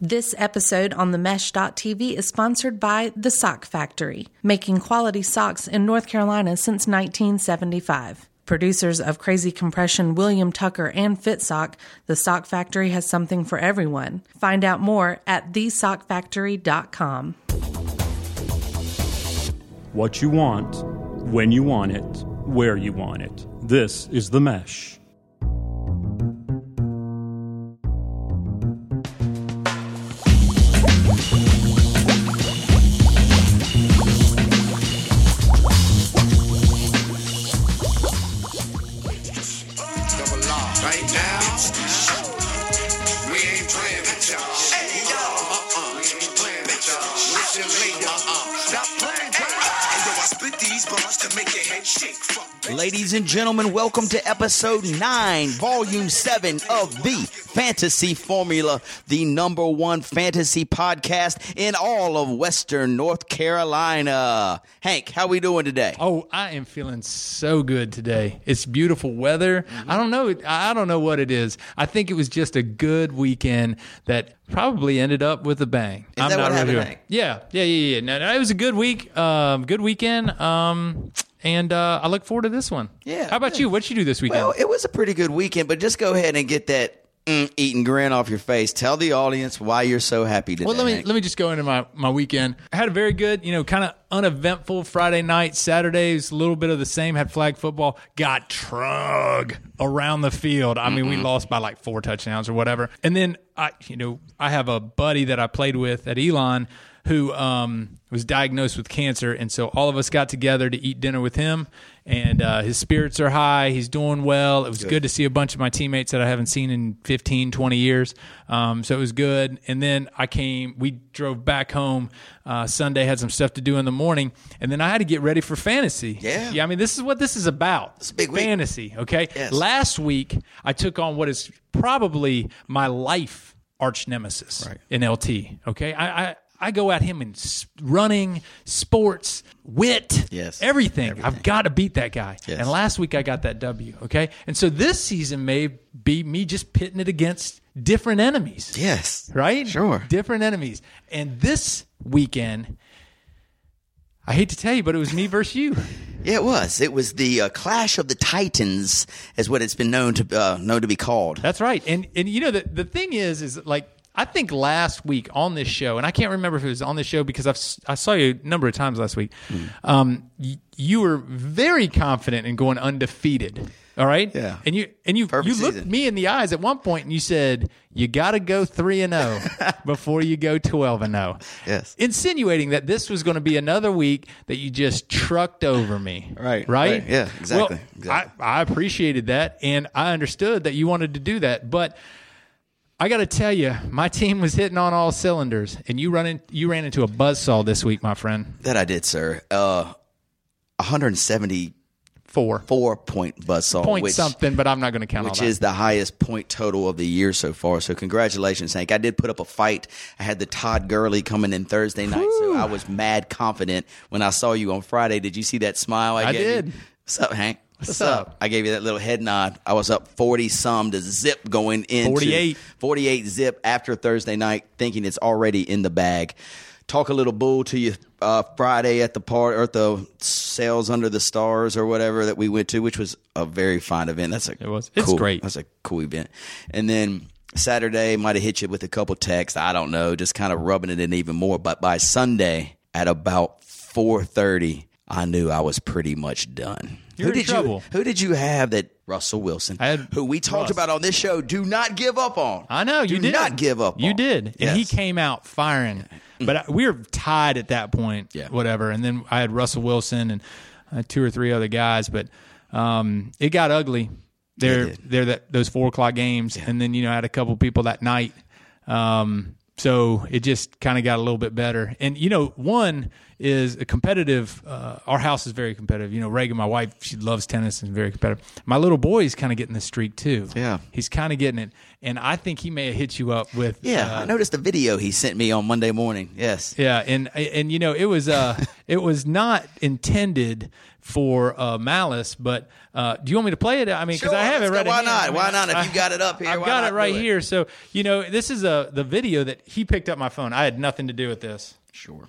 This episode on the Mesh.tv is sponsored by The Sock Factory, making quality socks in North Carolina since 1975. Producers of Crazy Compression, William Tucker, and FitSock, The Sock Factory has something for everyone. Find out more at thesockfactory.com. What you want, when you want it, where you want it. This is The Mesh. Double R. Right now, we ain't playing with y'all. Hey, yo. Uh-uh. We ain't playing with y'all. What's your lady? Uh-uh. Stop playing, bro. And yo, I spit these bars to make your head shake. Fuck. Ladies and gentlemen, welcome to episode 9, volume 7 of the Fantasy Formula, the number one fantasy podcast in all of Western North Carolina. Hank, how we doing today? Oh, I am feeling so good today. It's beautiful weather. I don't know. I don't know what it is. I think it was just a good weekend that probably ended up with a bang. Is that what happened, Hank? Yeah, yeah, yeah, yeah. No, no, it was a good week. Um, good weekend. Um, and uh, I look forward to this one. Yeah, How about yeah. you? What'd you do this weekend? Well, it was a pretty good weekend, but just go ahead and get that mm, eating grin off your face. Tell the audience why you're so happy today. Well, let me Hank. let me just go into my my weekend. I had a very good, you know, kind of uneventful Friday night. Saturdays, a little bit of the same. Had flag football. Got trug around the field. I mean, we lost by like four touchdowns or whatever. And then I, you know, I have a buddy that I played with at Elon who um, was diagnosed with cancer, and so all of us got together to eat dinner with him. And uh, his spirits are high. He's doing well. It was good. to see a bunch of my teammates that I haven't seen in 15, 20 years. Um, so it was good. And then I came, we drove back home uh, Sunday, had some stuff to do in the morning. And then I had to get ready for fantasy. Yeah. Yeah. I mean, this is what this is about. It's a big week. Fantasy. Okay. Yes. Last week, I took on what is probably my life arch nemesis in LT. Okay. I, I, I go at him in s- running, sports, wit, Yes. everything. I've got to beat that guy. Yes. And last week I got that W. Okay. And so this season may be me just pitting it against different enemies. Yes. Right? Sure. Different enemies. And this weekend, I hate to tell you, but it was me versus you. Yeah, it was. It was the uh, Clash of the Titans, is what it's been known to uh, known to be called. That's right. And and you know the the thing is is like I think last week on this show, and I can't remember if it was on this show because I've s- I saw you a number of times last week. Hmm. Um, y- you were very confident in going undefeated. All right. Yeah. And you and you Perfect you looked season. me in the eyes at one point and you said you got to go three and zero before you go twelve and zero. Yes. Insinuating that this was going to be another week that you just trucked over me. Right, Right. right. Yeah, exactly, Well, exactly. I, I appreciated that, and I understood that you wanted to do that, but I got to tell you, my team was hitting on all cylinders, and you run in, you ran into a buzzsaw this week, my friend. That I did, sir. Uh, 174 Four point buzzsaw, point which, something, but I'm not going to count all which that. is the highest point total of the year so far. So congratulations, Hank. I did put up a fight. I had the Todd Gurley coming in Thursday night, so I was mad confident when I saw you on Friday. Did you see that smile I, I gave you? did. What's up, Hank? What's, up? I gave you that little head nod. I was up 40 some to zip going into 48. 48 zip after Thursday night, thinking it's already in the bag. Talk a little bull to you uh, Friday at the part or at the sales under the stars or whatever that we went to, which was a very fine event. That's a it was. It's great. That's a cool event. And then Saturday might have hit you with a couple texts. I don't know, just kind of rubbing it in even more. But by Sunday at about four thirty, I knew I was pretty much done. You're who in did trouble. you? Who did you have that? Russell Wilson, I had who we talked Russ. about on this show, do not give up on. I know do you did not give up. You on. did, and he Yes. came out firing. But I, we were tied at that point. Yeah. Whatever. And then I had Russell Wilson and uh, two or three other guys, but um, it got ugly. There, there that those four o'clock games, and then you know I had a couple people that night. Um, so it just kind of got a little bit better. And you know, one is a competitive. Uh, our house is very competitive. You know, Reagan, my wife, she loves tennis and is very competitive. My little boy's kind of getting the streak too. Yeah. He's kind of getting it, and I think he may have hit you up with uh, Yeah, I noticed the video he sent me on Monday morning. Yes, yeah, and and you know it was uh It was not intended for uh, malice, but uh, do you want me to play it? I mean, because Sure, I have it let's right. go. Why at hand. I not? mean, Why not? If I- you got it up here, I've why got not it right do it? here. So you know, this is a the video that he picked up my phone. I had nothing to do with this. Sure.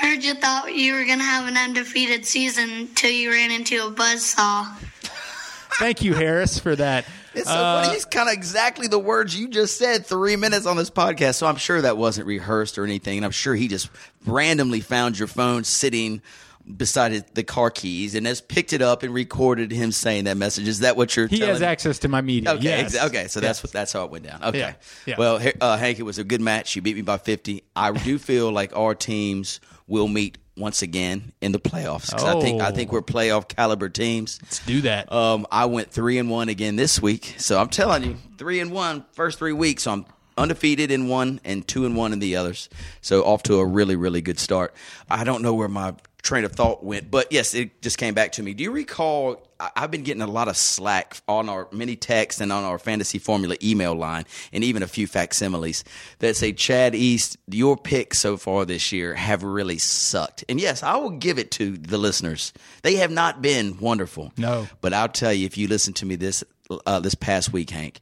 Heard you thought you were gonna have an undefeated season until you ran into a buzzsaw. Thank you, Harris, for that. It's so Uh, funny. He's kind of exactly the words you just said three minutes on this podcast. So I'm sure that wasn't rehearsed or anything. And I'm sure he just randomly found your phone sitting beside his, the car keys and has picked it up and recorded him saying that message. Is that what you're He telling has me? access to my media. Okay, Yes. exa- okay. So that's what that's how it went down. Okay. Yeah, yeah. Well, he- uh, Hank, it was a good match. You beat me by fifty. I do feel like our teams will meet once again in the playoffs. 'cause I think I Oh. think we're playoff caliber teams. Let's do that. Um, I went three and one again this week. So I'm telling you, three and one first three weeks. So I'm undefeated in one and two and one in the others. So off to a really really good start. I don't know where my train of thought went, but yes, it just came back to me. Do you recall? I- I've been getting a lot of slack on our many texts and on our fantasy formula email line, and even a few facsimiles that say, Chad East, your picks so far this year have really sucked. And yes, I will give it to the listeners. They have not been wonderful. No. But I'll tell you, if you listen to me this uh, this past week, Hank,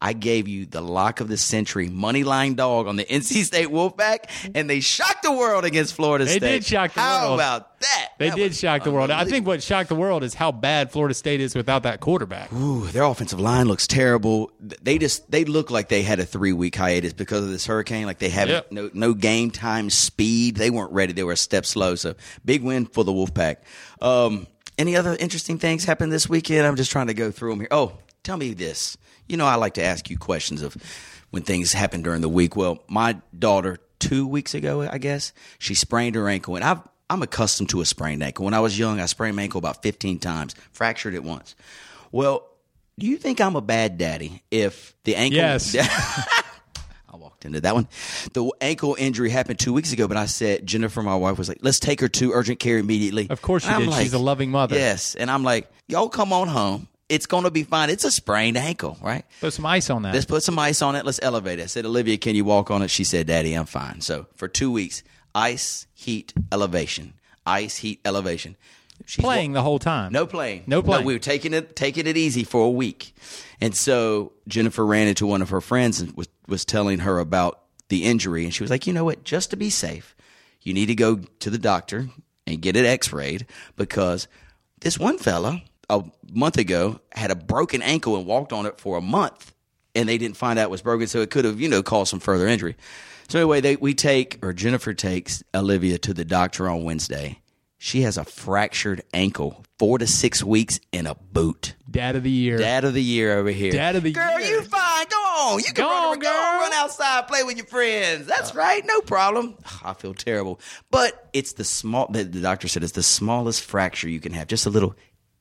I gave you the lock of the century money line dog on the NC State Wolfpack, and they shocked the world against Florida They State. did shock the How world. about that? They That did was shock the world. I think what shocked the world is how bad Florida State is without that quarterback. Ooh, their offensive line looks terrible. Th- They just they look like they had a three week hiatus because of this hurricane. Like they haven't Yep. no no game time speed. They weren't ready. They were a step slow. So big win for the Wolfpack. Um, any other interesting things happened this weekend? I'm just trying to go through them here. Oh, tell me this. You know, I like to ask you questions of when things happen during the week. Well, my daughter two weeks ago, I guess she sprained her ankle, and I've. I'm accustomed to a sprained ankle. When I was young, I sprained my ankle about 15 times, fractured it once. Well, do you think I'm a bad daddy if the ankle? Yes. I walked into that one. The ankle injury happened two weeks ago, but I said Jennifer, my wife, was like, "Let's take her to urgent care immediately." Of course you And I'm did. She's a loving mother. Yes, and I'm like, "Y'all come on home. It's gonna be fine. It's a sprained ankle, right? Put some ice on that. Let's put some ice on it. Let's elevate it." I said, "Olivia, can you walk on it?" She said, "Daddy, I'm fine." So for two weeks, ice, heat, elevation, ice, heat, elevation. She's wa- playing the whole time. no playing. No playing. we were taking it taking it easy for a week. And so Jennifer ran into one of her friends and was, was telling her about the injury. And she was like, you know what? Just to be safe, you need to go to the doctor and get it x rayed because this one fella a month ago had a broken ankle and walked on it for a month and they didn't find out it was broken, so it could have, you know, caused some further injury. So anyway, they, we take or Jennifer takes Olivia to the doctor on Wednesday. She has a fractured ankle, four to six weeks in a boot. Dad of the year. Dad of the year over here. Dad of the girl, year. you fine. Go on. You can Go run, on, ar- go girl. run outside, play with your friends. That's right. No problem. I feel terrible. But it's the small, the, the doctor said it's the smallest fracture you can have. Just a little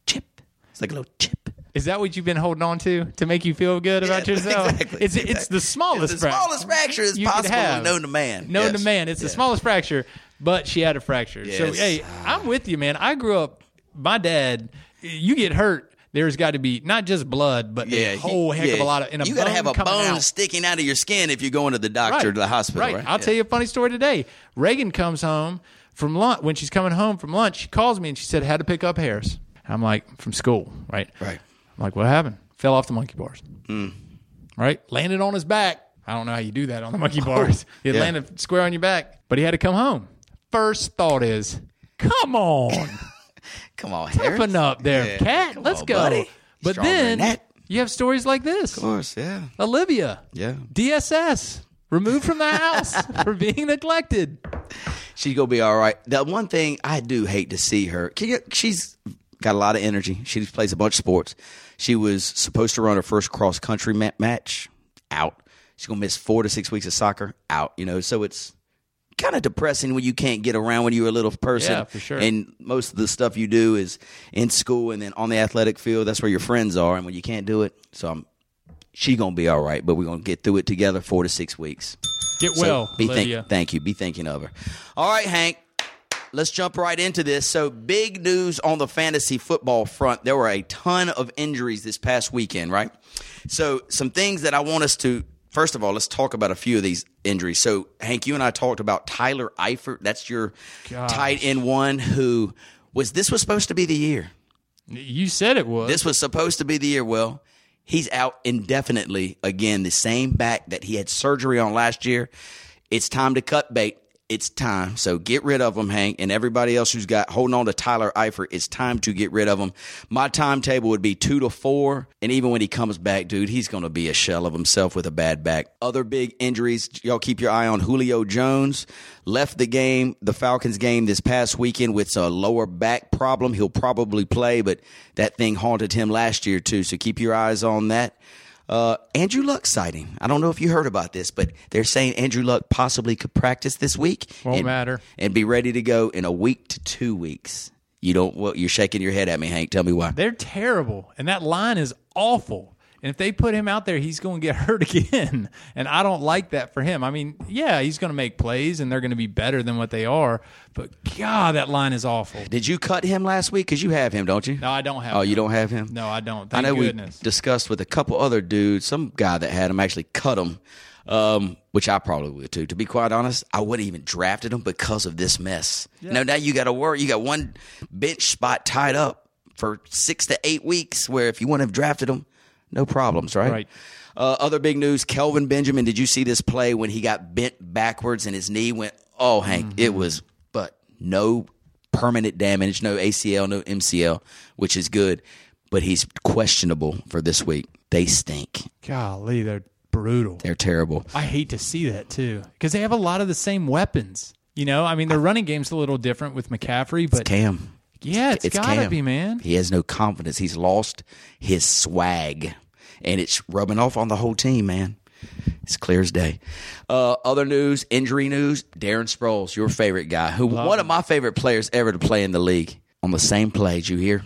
chip. It's like a little chip. Is that what you've been holding on to to make you feel good about Yeah, yourself? exactly, It's, it's exactly. the smallest It's the fracture smallest fracture is you could possible have. known to man. Known Yes. to man. It's the Yes. smallest fracture, but she had a fracture. So, Yes. hey, I'm with you, man. I grew up, my dad, you get hurt. There's got to be not just blood, but a whole heck of yeah. a lot of. And a you got gotta to have a bone sticking out of your skin if you're going to the doctor or to the hospital. Right. I'll Yeah. tell you a funny story today. Reagan comes home from lunch. When she's coming home from lunch, she calls me and she said, "Had to pick up Harris." I'm like, "From school, right?" Right. Hmm. I'm like, "What happened? Fell off the monkey bars." Right. Landed on his back. I don't know how you do that on the monkey bars. It Oh, Yeah. landed square on your back, but he had to come home. First thought is, "Come on, Come on, open Harris. up there, Yeah. cat. Come Let's on, go." buddy. But Stronger than then that. you have stories like this. Of course, yeah. Olivia. Yeah. DSS. Removed from the house for being neglected. She's gonna be all right. The one thing I do hate to see her. Can you, she's got a lot of energy. She plays a bunch of sports. She was supposed to run her first cross country ma- match. Out. She's gonna miss four to six weeks of soccer. Out. You know. So it's kind of depressing when you can't get around when you're a little person. Yeah, for sure. And most of the stuff you do is in school and then on the athletic field. That's where your friends are. And when you can't do it, so I'm. She gonna be all right, but we're gonna get through it together. Four to six weeks. Get So well, be think- Olivia. thank you. Be thinking of her. All right, Hank. Let's jump right into this. So, big news on the fantasy football front. There were a ton of injuries this past weekend, right? So, some things that I want us to First of all, let's talk about a few of these injuries. So, Hank, you and I talked about Tyler Eifert. That's your tight end one who was this was supposed to be the year. You said it was. This was supposed to be the year. Well, he's out indefinitely again. The same back that he had surgery on last year. It's time to cut bait. It's time. So get rid of him, Hank, and everybody else who's got holding on to Tyler Eifert. It's time to get rid of him. My timetable would be two to four. And even when he comes back, dude, he's going to be a shell of himself with a bad back. Other big injuries, y'all keep your eye on Julio Jones. Left the game, the Falcons game this past weekend with a lower back problem. He'll probably play, but that thing haunted him last year, too. So keep your eyes on that. Uh, Andrew Luck sighting. I don't know if you heard about this, but they're saying Andrew Luck possibly could practice this week. Won't and- matter. And be ready to go in a week to two weeks. You don't. Well, you're shaking your head at me, Hank. Tell me why. They're terrible, and that line is awful. And if they put him out there, he's going to get hurt again. And I don't like that for him. I mean, yeah, he's going to make plays, and they're going to be better than what they are. But God, that line is awful. Did you cut him last week? Because you have him, don't you? No, I don't have. Oh, you him. don't have him? No, I don't. I Thank know goodness. we discussed with a couple other dudes, some guy that had him actually cut him, um, which I probably would too. To be quite honest, I wouldn't even drafted him because of this mess. Now, now you got to worry. You got one bench spot tied up for six to eight weeks. Where if you wouldn't have drafted him, no problems, right? Right. Uh, other big news: Kelvin Benjamin. Did you see this play when he got bent backwards and his knee went? Oh, Hank, it was, but no permanent damage, no ACL, no MCL, which is good. But he's questionable for this week. They stink. Golly, they're brutal. They're terrible. I hate to see that too, because they have a lot of the same weapons. You know, I mean, their running game's a little different with McCaffrey, but Cam, yeah, it's it's gotta Cam. be, man. he has no confidence. He's lost his swag, and it's rubbing off on the whole team, man. It's clear as day. Uh, other news, injury news: Darren Sproles, your favorite guy, who one of my favorite players ever to play in the league, on the same play. Did you hear?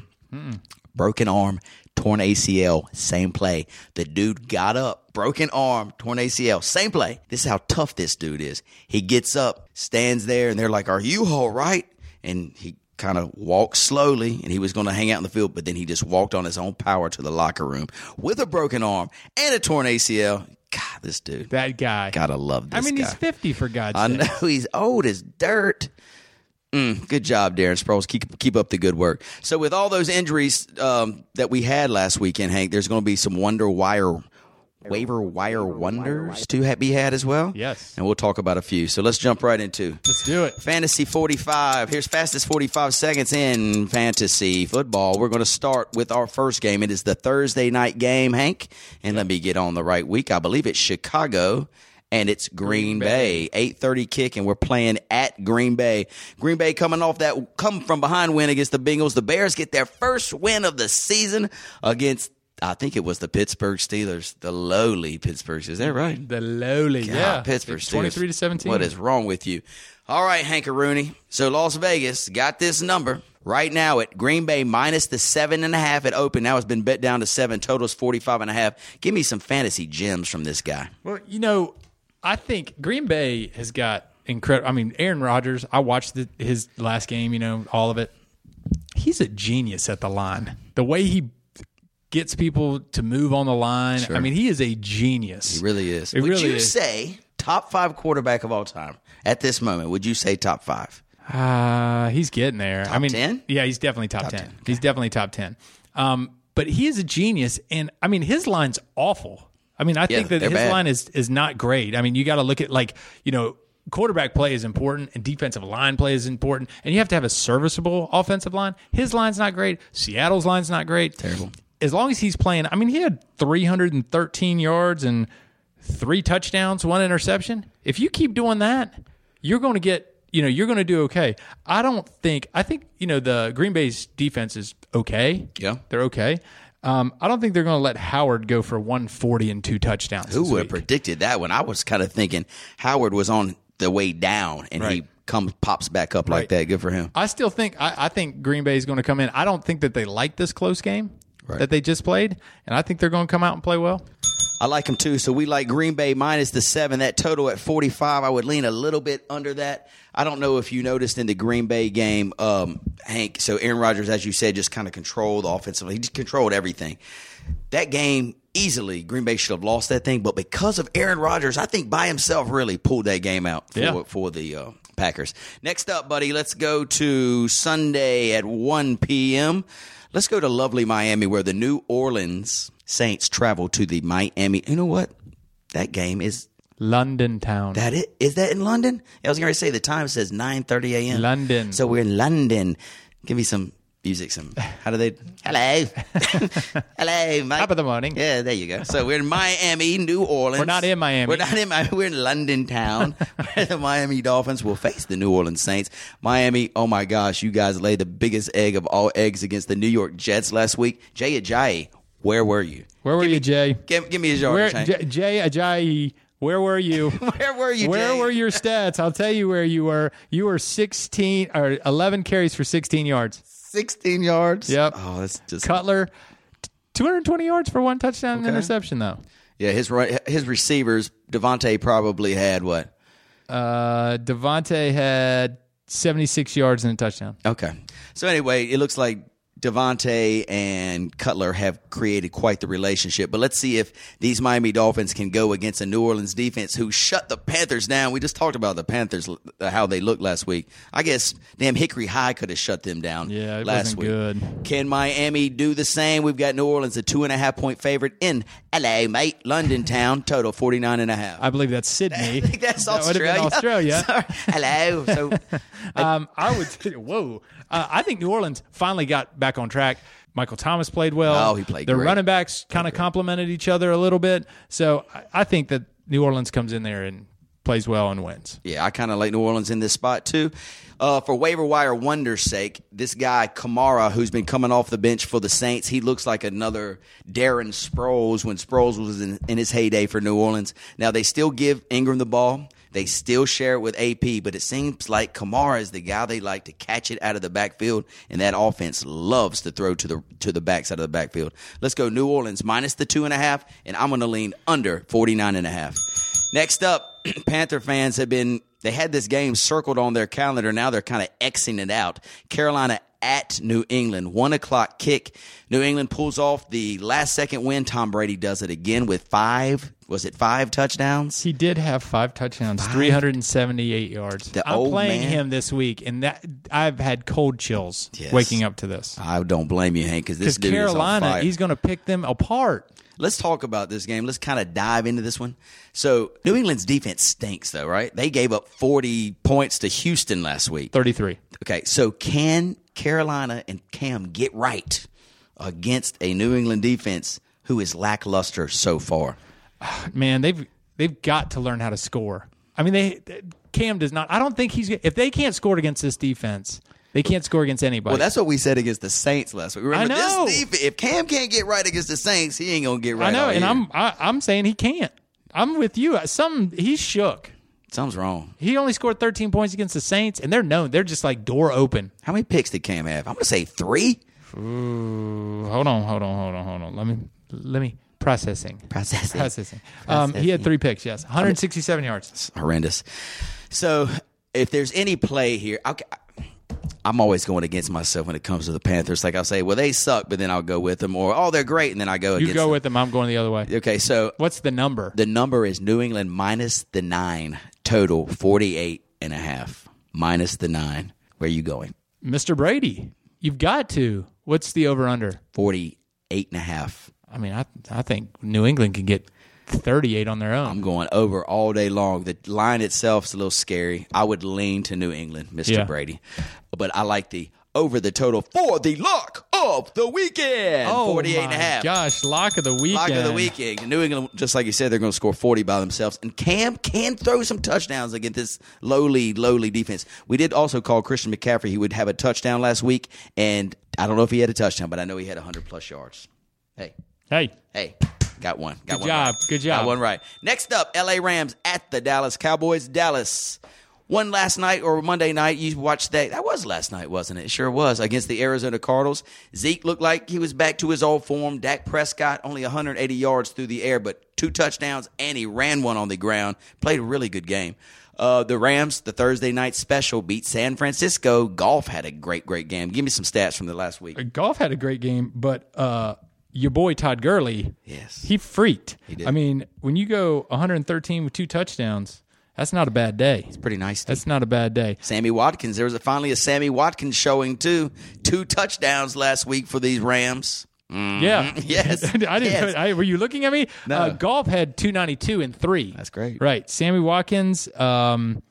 Broken arm, torn ACL, same play. The dude got up, broken arm, torn ACL, same play. This is how tough this dude is. He gets up, stands there, and they're like, Are you all right? And he kind of walked slowly, and he was going to hang out in the field, but then he just walked on his own power to the locker room with a broken arm and a torn ACL. God, this dude. That guy. Gotta love this I mean, guy. he's fifty for God's I sake. know he's old as dirt. Mm, good job, Darren Sproles. Keep keep up the good work. So, with all those injuries um, that we had last weekend, Hank, there's going to be some wonder wire waiver wire wonders to ha- be had as well. Yes. and we'll talk about a few. So let's jump right into Let's do it. fantasy 45. Here's fastest 45 seconds in fantasy football. We're going to start with our first game. It is the Thursday night game, Hank. And let me get on the right week. I believe it's Chicago and it's Green, Bay. 8:30 kick and we're playing at Green Bay. Green Bay coming off that come from behind win against the Bengals. The Bears get their first win of the season against I think it was the Pittsburgh Steelers, the lowly Pittsburgh. Steelers. Is that right? The lowly, God, yeah, Pittsburgh Steelers. twenty-three to seventeen. What is wrong with you? All right, Hank Rooney. So Las Vegas got this number right now at Green Bay minus the seven and a half at open. Now it's been bet down to seven. Totals 45 and a half. Give me some fantasy gems from this guy. Well, you know, I think Green Bay has got incredible. I mean, Aaron Rodgers. I watched the, his last game. You know, all of it. He's a genius at the line. The way he gets people to move on the line. I mean, he is a genius. He really is. It would really you is. say top five quarterback of all time at this moment? Would you say top five? Uh, he's getting there. I mean, 10? yeah, he's definitely top, 10. He's definitely top 10. Um, but he is a genius. And I mean, his line's awful. I mean, I think that they're his bad. line is, is not great. I mean, you got to look at like, you know, quarterback play is important and defensive line play is important. And you have to have a serviceable offensive line. His line's not great. Seattle's line's not great. Terrible. As long as he's playing, I mean, he had 313 yards and three touchdowns, one interception. If you keep doing that, you're going to get, you know, you're going to do okay. I don't think, I think, you know, the Green Bay's defense is okay. Yeah. They're okay. Um, I don't think they're going to let Howard go for 140 and two touchdowns. Who this would have week. predicted that one? I was kind of thinking Howard was on the way down and he Right. comes pops back up like Right. that. Good for him. I still think I, I think Green Bay is going to come in. I don't think that they like this close game Right. that they just played, and I think they're going to come out and play well. I like them too. So we like Green Bay minus the seven. That total at 45, I would lean a little bit under that. I don't know if you noticed in the Green Bay game, um, Hank. So Aaron Rodgers, as you said, just kind of controlled offensively. He just controlled everything. That game easily, Green Bay should have lost that thing, but because of Aaron Rodgers, I think by himself really pulled that game out for, Yeah. for the uh, Packers. Next up, buddy, let's go to Sunday at 1 p.m. Let's go to lovely Miami where the New Orleans Saints travel to the Miami. You know what? That game is London town. that it? Is that in London? I was going to say the time says 9:30 a.m. London. So we're in London. Give me some music. Some how do they? Hello, hello, Mike. Top of the morning. Yeah, there you go. So we're in Miami, New Orleans. We're not in Miami. We're not in Miami. We're in London town, where the Miami Dolphins will face the New Orleans Saints. Miami. Oh my gosh, you guys laid the biggest egg of all eggs against the New York Jets last week. Jay Ajayi, where were you? Where were you, Jay? Give, give me a jar. Where Shane. J- Jay Ajayi? Where were you? where were you? Where Jay? were your stats? I'll tell you where you were. You were 16 or 11 carries for 16 yards. 16 yards. Yep. Oh, that's just Cutler, t- 220 yards for one touchdown and Okay. interception, though. yeah. His run- his receivers, Devontae probably had what? Uh, Devontae had 76 yards and a touchdown. Okay. So anyway, it looks like Devontae and Cutler have created quite the relationship. But let's see if these Miami Dolphins can go against a New Orleans defense who shut the Panthers down. We just talked about the Panthers uh, how they looked last week. I guess damn Hickory High could have shut them down. Yeah, it last wasn't week. good. Can Miami do the same? We've got New Orleans a two and a half point favorite in LA, mate. London town total forty nine and a half. I believe that's Sydney. I think that's That would've been Australia. Australia. Sorry. Hello. So Um, I would. Say, whoa! Uh, I think New Orleans finally got back on track. Michael Thomas played well. Oh, he played The great. running backs kind of complemented each other a little bit. So I, I think that New Orleans comes in there and plays well and wins. Yeah, I kind of like New Orleans in this spot too. Uh, for waiver wire wonder's sake, this guy Kamara, who's been coming off the bench for the Saints, he looks like another Darren Sproles when Sproles was in, in his heyday for New Orleans. Now they still give Ingram the ball. They still share it with AP, but it seems like Kamara is the guy they like to catch it out of the backfield, and that offense loves to throw to the to the backside of the backfield. Let's go New Orleans minus the two and a half, and I'm going to lean under 49 and a half. Next up, Panther fans have been they had this game circled on their calendar. Now they're kind of Xing it out. Carolina at New England, one o'clock kick. New England pulls off the last second win. Tom Brady does it again with five. Was it five touchdowns? He did have five touchdowns, 378 yards. The I'm old playing man. him this week, and that I've had cold chills Yes. waking up to this. I don't blame you, Hank, because this Because dude is on Carolina, fire. he's going to pick them apart. Let's talk about this game. Let's kind of dive into this one. So New England's defense stinks, though, right? They gave up forty points to Houston last week. 33. Okay, so can Carolina and Cam get right against a New England defense who is lackluster so far? man, they've they've got to learn how to score. I mean, they Cam does not. I don't think he's if they can't score against this defense, they can't score against anybody. Well, that's what we said against the Saints last week. Remember, I know. this defense, if Cam can't get right against the Saints, he ain't going to get right. Oh, I know, all and year. I'm I, I'm saying he can't. I'm with you. Some he's shook. Something's wrong. He only scored 13 points against the Saints, and they're known. They're just like door open. How many picks did Cam have? I'm going to say three. Hold on, hold on, hold on, hold on. Let me let me processing. Processing. Processing. Um, he had three picks. Yes, 167 yards. horrendous. So if there's any play here, okay, I'm always going against myself when it comes to the Panthers. Like I'll say, well, they suck, but then I'll go with them, or oh, they're great, and then I go You against. go them. with them. I'm going the other way. Okay, so What's the number? The number is New England minus the nine, total 48 and a half. Minus the nine. Where are you going? Mr. Brady. You've got to. What's the over under? 48 and a half. I mean, I I think New England can get 38 on their own. I'm going over all day long. The line itself's a little scary. I would lean to New England, Mr. Yeah. Brady. But I like the over the total for the lock of the weekend. 48 and a Oh my half. Gosh, lock of the weekend. Lock of the weekend. New England, just like you said, they're going to score 40 by themselves. And Cam can throw some touchdowns against this lowly, lowly defense. We did also call Christian McCaffrey. He would have a touchdown last week. And I don't know if he had a touchdown, but I know he had 100 plus yards. Hey, Hey, hey. Got one. Got Good one job. right. Good job. Got one right. Next up, LA Rams at the Dallas Cowboys. Dallas. One last night or Monday night, you watched that. That was last night, wasn't it? It sure was. Against the Arizona Cardinals. Zeke looked like he was back to his old form. Dak Prescott, only 180 yards through the air, but two touchdowns, and he ran one on the ground. Played a really good game. Uh, the Rams, the Thursday night special, beat San Francisco. Golf had a great, great game. Give me some stats from the last week. Golf had a great game, but uh, your boy Todd Gurley, Yes. he freaked. He did. I mean, when you go 113 with two touchdowns, that's not a bad day. Pretty nice. That's not a bad day. Sammy Watkins. There was a, finally a Sammy Watkins showing too. Two touchdowns last week for these Rams. Yeah. Yes. I didn't. Yes. I, were you looking at me? No. Uh, golf had 292 and three. That's great. Right. Sammy Watkins. Um,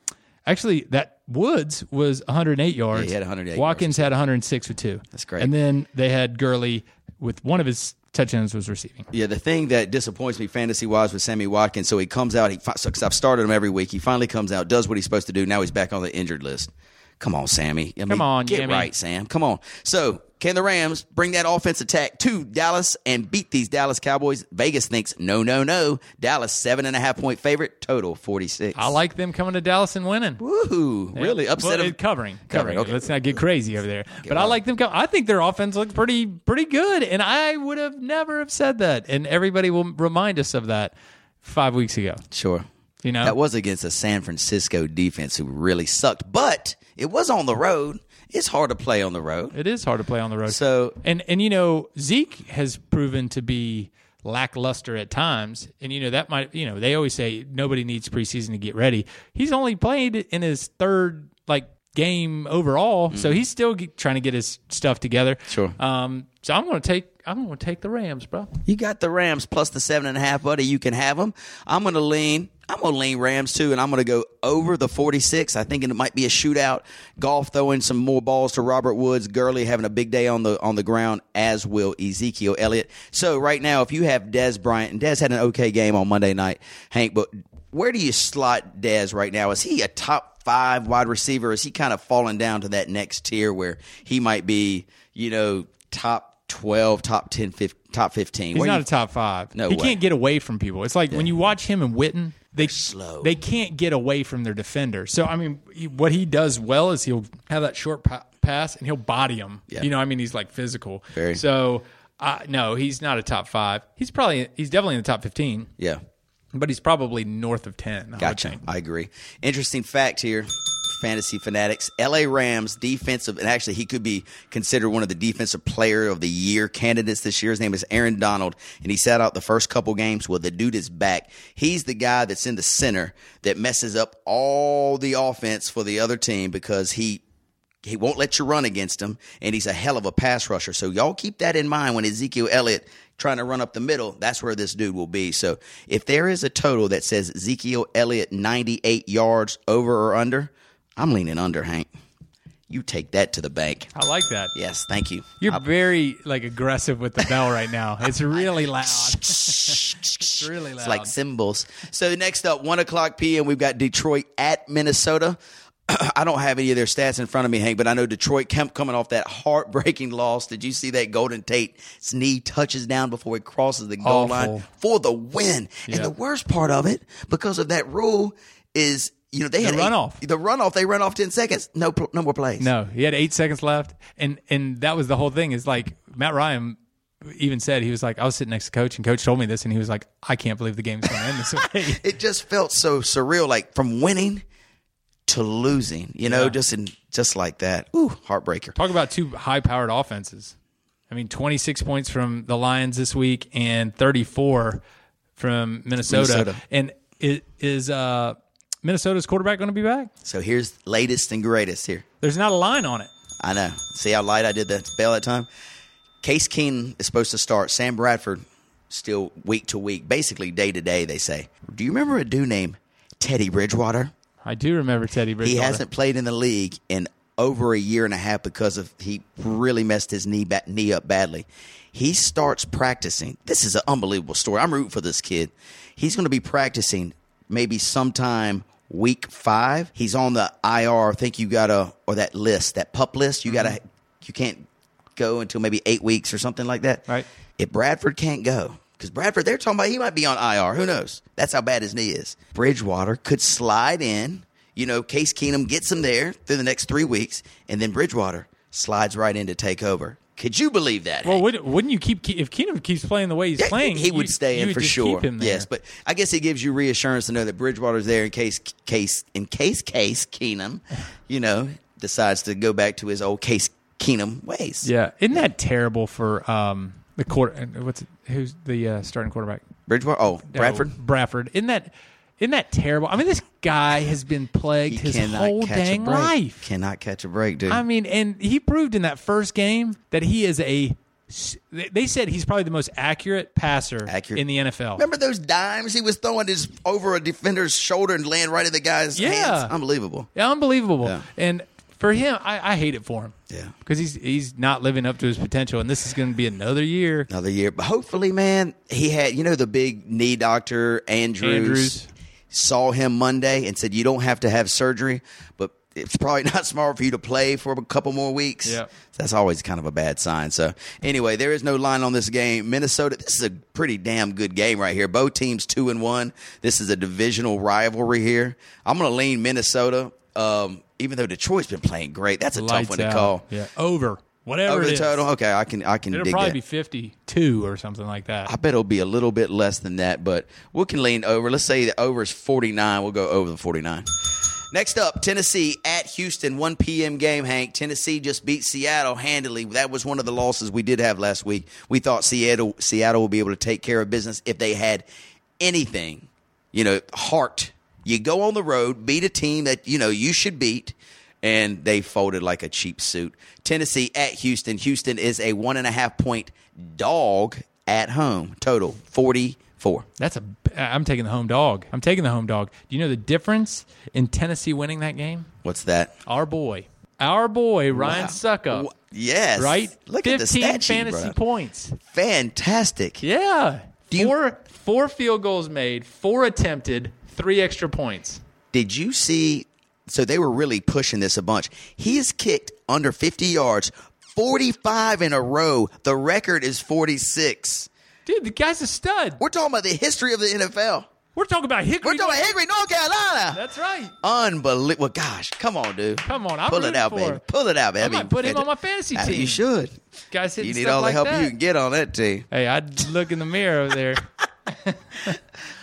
actually, that Woods was 108 yards. Yeah, he had 108 Watkins had 106 with two. That's great. And then they had Gurley with one of his touchdowns was receiving. Yeah, the thing that disappoints me fantasy wise with Sammy Watkins, so he comes out. He fi- so, 'cause I've started him every week. He finally comes out, does what he's supposed to do. Now he's back on the injured list. Come on, Sammy. I mean, Come on, get Yammy. right, Sam. Come on. So can the Rams bring that offense attack to Dallas and beat these Dallas Cowboys? Vegas thinks no, no, no. Dallas seven and a half point favorite, total forty six. I like them coming to Dallas and winning. Woohoo! Really upset Well, him. it- covering, Covering, covering. okay. Let's not get crazy over there. but I well. like them. Co- I think their offense looked pretty pretty good, and I would have never have said that. And everybody will remind us of that five weeks ago. Sure. You know? that was against a San Francisco defense who really sucked, but it was on the road. It's hard to play on the road. It is hard to play on the road. So- and and you know Zeke has proven to be lackluster at times, and you know that might you know they always say nobody needs preseason to get ready. He's only played in his third like game overall, so he's still get, trying to get his stuff together. Mm-hmm. Sure. Um. So I'm gonna take I'm gonna take the Rams, bro. You got the Rams plus the seven and a half, buddy. You can have them. I'm going to lean. I'm going to lean Rams too, and I'm going to go over the 46. I think it might be a shootout. Golf throwing some more balls to Robert Woods. Gurley having a big day on the on the ground, as will Ezekiel Elliott. So right now, if you have Dez Bryant, and Dez had an okay game on Monday night, Hank, but where do you slot Dez right now? Is he a top five wide receiver? Is he kind of falling down to that next tier where he might be, you know, top 12, top 10, 15, top 15? He's Where not you- a top five. No he way. can't get away from people. It's like when you watch him and Witten, they slow. They can't get away from their defender. So I mean, he- what he does well is he'll have that short pa- pass and he'll body him. Yeah. You know, I mean, he's like physical. Very. So uh, no, he's not a top five. He's probably he's definitely in the top fifteen, Yeah. but he's probably north of ten. I would Gotcha. think. I agree. Interesting fact here. Fantasy fanatics, LA Rams defensive, and actually he could be considered one of the defensive player of the year candidates this year. His name is Aaron Donald, and he sat out the first couple games. Well, the dude is back. He's the guy that's in the center that messes up all the offense for the other team because he he won't let you run against him, and he's a hell of a pass rusher. So y'all keep that in mind when Ezekiel Elliott trying to run up the middle. That's where this dude will be. So if there is a total that says Ezekiel Elliott 98 yards over or under, I'm leaning under, Hank. You take that to the bank. I like that. Yes, thank you. You're very like aggressive with the bell right now. It's really loud. it's really loud. It's like symbols. So next up, one o'clock p.m. We've got Detroit at Minnesota. I don't have any of their stats in front of me, Hank, but I know Detroit Kemp coming off that heartbreaking loss. Did you see that Golden Tate's knee touches down before it crosses the goal Awful. line for the win? And Yeah. the worst part of it, because of that rule, is you know they had eight- runoff. the runoff. They run off ten seconds. No, pl- no more plays. No, he had eight seconds left, and and that was the whole thing. Is like Matt Ryan even said he was like, I was sitting next to coach, and coach told me this, and he was like, I can't believe the game's going to end this way. it just felt so surreal, like from winning to losing. You know, just in just like that. Ooh, heartbreaker. Talk about two high-powered offenses. I mean, 26 points from the Lions this week, and 34 from Minnesota. Minnesota. And it is uh, Minnesota's quarterback going to be back? So here's latest and greatest here. There's not a line on it. I know. See how light I did that spell that time? Case Keenan is supposed to start. Sam Bradford still week to week, basically day to day, they say. Do you remember a dude named Teddy Bridgewater? I do remember Teddy He Bridgewater. hasn't played in the league in over a year and a half because of he really messed his knee back, knee up badly. He starts practicing. This is an unbelievable story. I'm rooting for this kid. He's going to be practicing maybe sometime week five. He's on the IR. I think you got to or that list, that pup list. You got to. You can't go until maybe eight weeks or something like that. Right. If Bradford can't go, because Bradford, they're talking about he might be on IR. Who knows? That's how bad his knee is. Bridgewater could slide in. You know, Case Keenum gets him there through the next three weeks, and then Bridgewater slides right in to take over. Could you believe that? Well, Hank? would, wouldn't you keep Ke- if Keenum keeps playing the way he's Yeah, playing? he would you- stay you in would for just sure. Keep him there. Yes, but I guess it gives you reassurance to know that Bridgewater's there in case case in case case Keenum, you know, decides to go back to his old case Keenum ways. yeah, isn't that terrible for um the quarter? What's it, who's the uh, starting quarterback? Bridgewater. Oh, No, Bradford. Bradford. Isn't that isn't that terrible? I mean, this guy has been plagued his whole dang a break. life. Cannot catch a break, dude. I mean, and he proved in that first game that he is a. s- they- They said he's probably the most accurate passer Accurate. in the NFL. Remember those dimes he was throwing his over a defender's shoulder and land right in the guy's Yeah. hands? Unbelievable. Yeah, unbelievable. Yeah. And for him, I, I hate it for him. Yeah. because he's he's not living up to his potential, and this is going to be another year. Another year. But hopefully, man, he had, you know, the big knee doctor, Andrews, Andrews. saw him Monday and said, you don't have to have surgery, but it's probably not smart for you to play for a couple more weeks. Yeah. That's always kind of a bad sign. So, anyway, there is no line on this game. Minnesota, this is a pretty damn good game right here. Both teams two and one. This is a divisional rivalry here. I'm going to lean Minnesota, um, even though Detroit's been playing great. That's a Lights tough one to out. call. Yeah, over whatever Over it the is. total, okay, I can I can It'll dig probably that. be fifty-two or something like that. I bet it'll be a little bit less than that, but we can lean over. Let's say the over is 49. We'll go over the 49. Next up, Tennessee at Houston, 1 p.m. game, Hank. Tennessee just beat Seattle handily. That was one of the losses we did have last week. We thought Seattle Seattle would be able to take care of business if they had anything, you know, heart. You go on the road, beat a team that, you know, you should beat, and they folded like a cheap suit. Tennessee at Houston. Houston is a one and a half point dog at home. Total 44. That's a. I'm taking the home dog. I'm taking the home dog. Do you know the difference in Tennessee winning that game? What's that? Our boy, our boy Ryan Wow. Suckup, Wh- Yes. right? Look Fifteen at the stat sheet, fantasy bro. points. Fantastic. Yeah, Do you- four four field goals made, four attempted, three extra points. Did you see? So they were really pushing this a bunch. He has kicked under 50 yards 45 in a row. The record is 46. Dude, the guy's a stud. We're talking about the history of the NFL. We're talking about Hickory. We're talking about Hickory, North Carolina. That's right. Unbelievable. Gosh, come on, dude. Come on, I'm Pull it rooting out, for baby. him. Pull it out, baby. I might put him on my fantasy I- You team. should. Guys hitting You need stuff all the like help that. you can get on that team. Hey, I'd look in the mirror over there.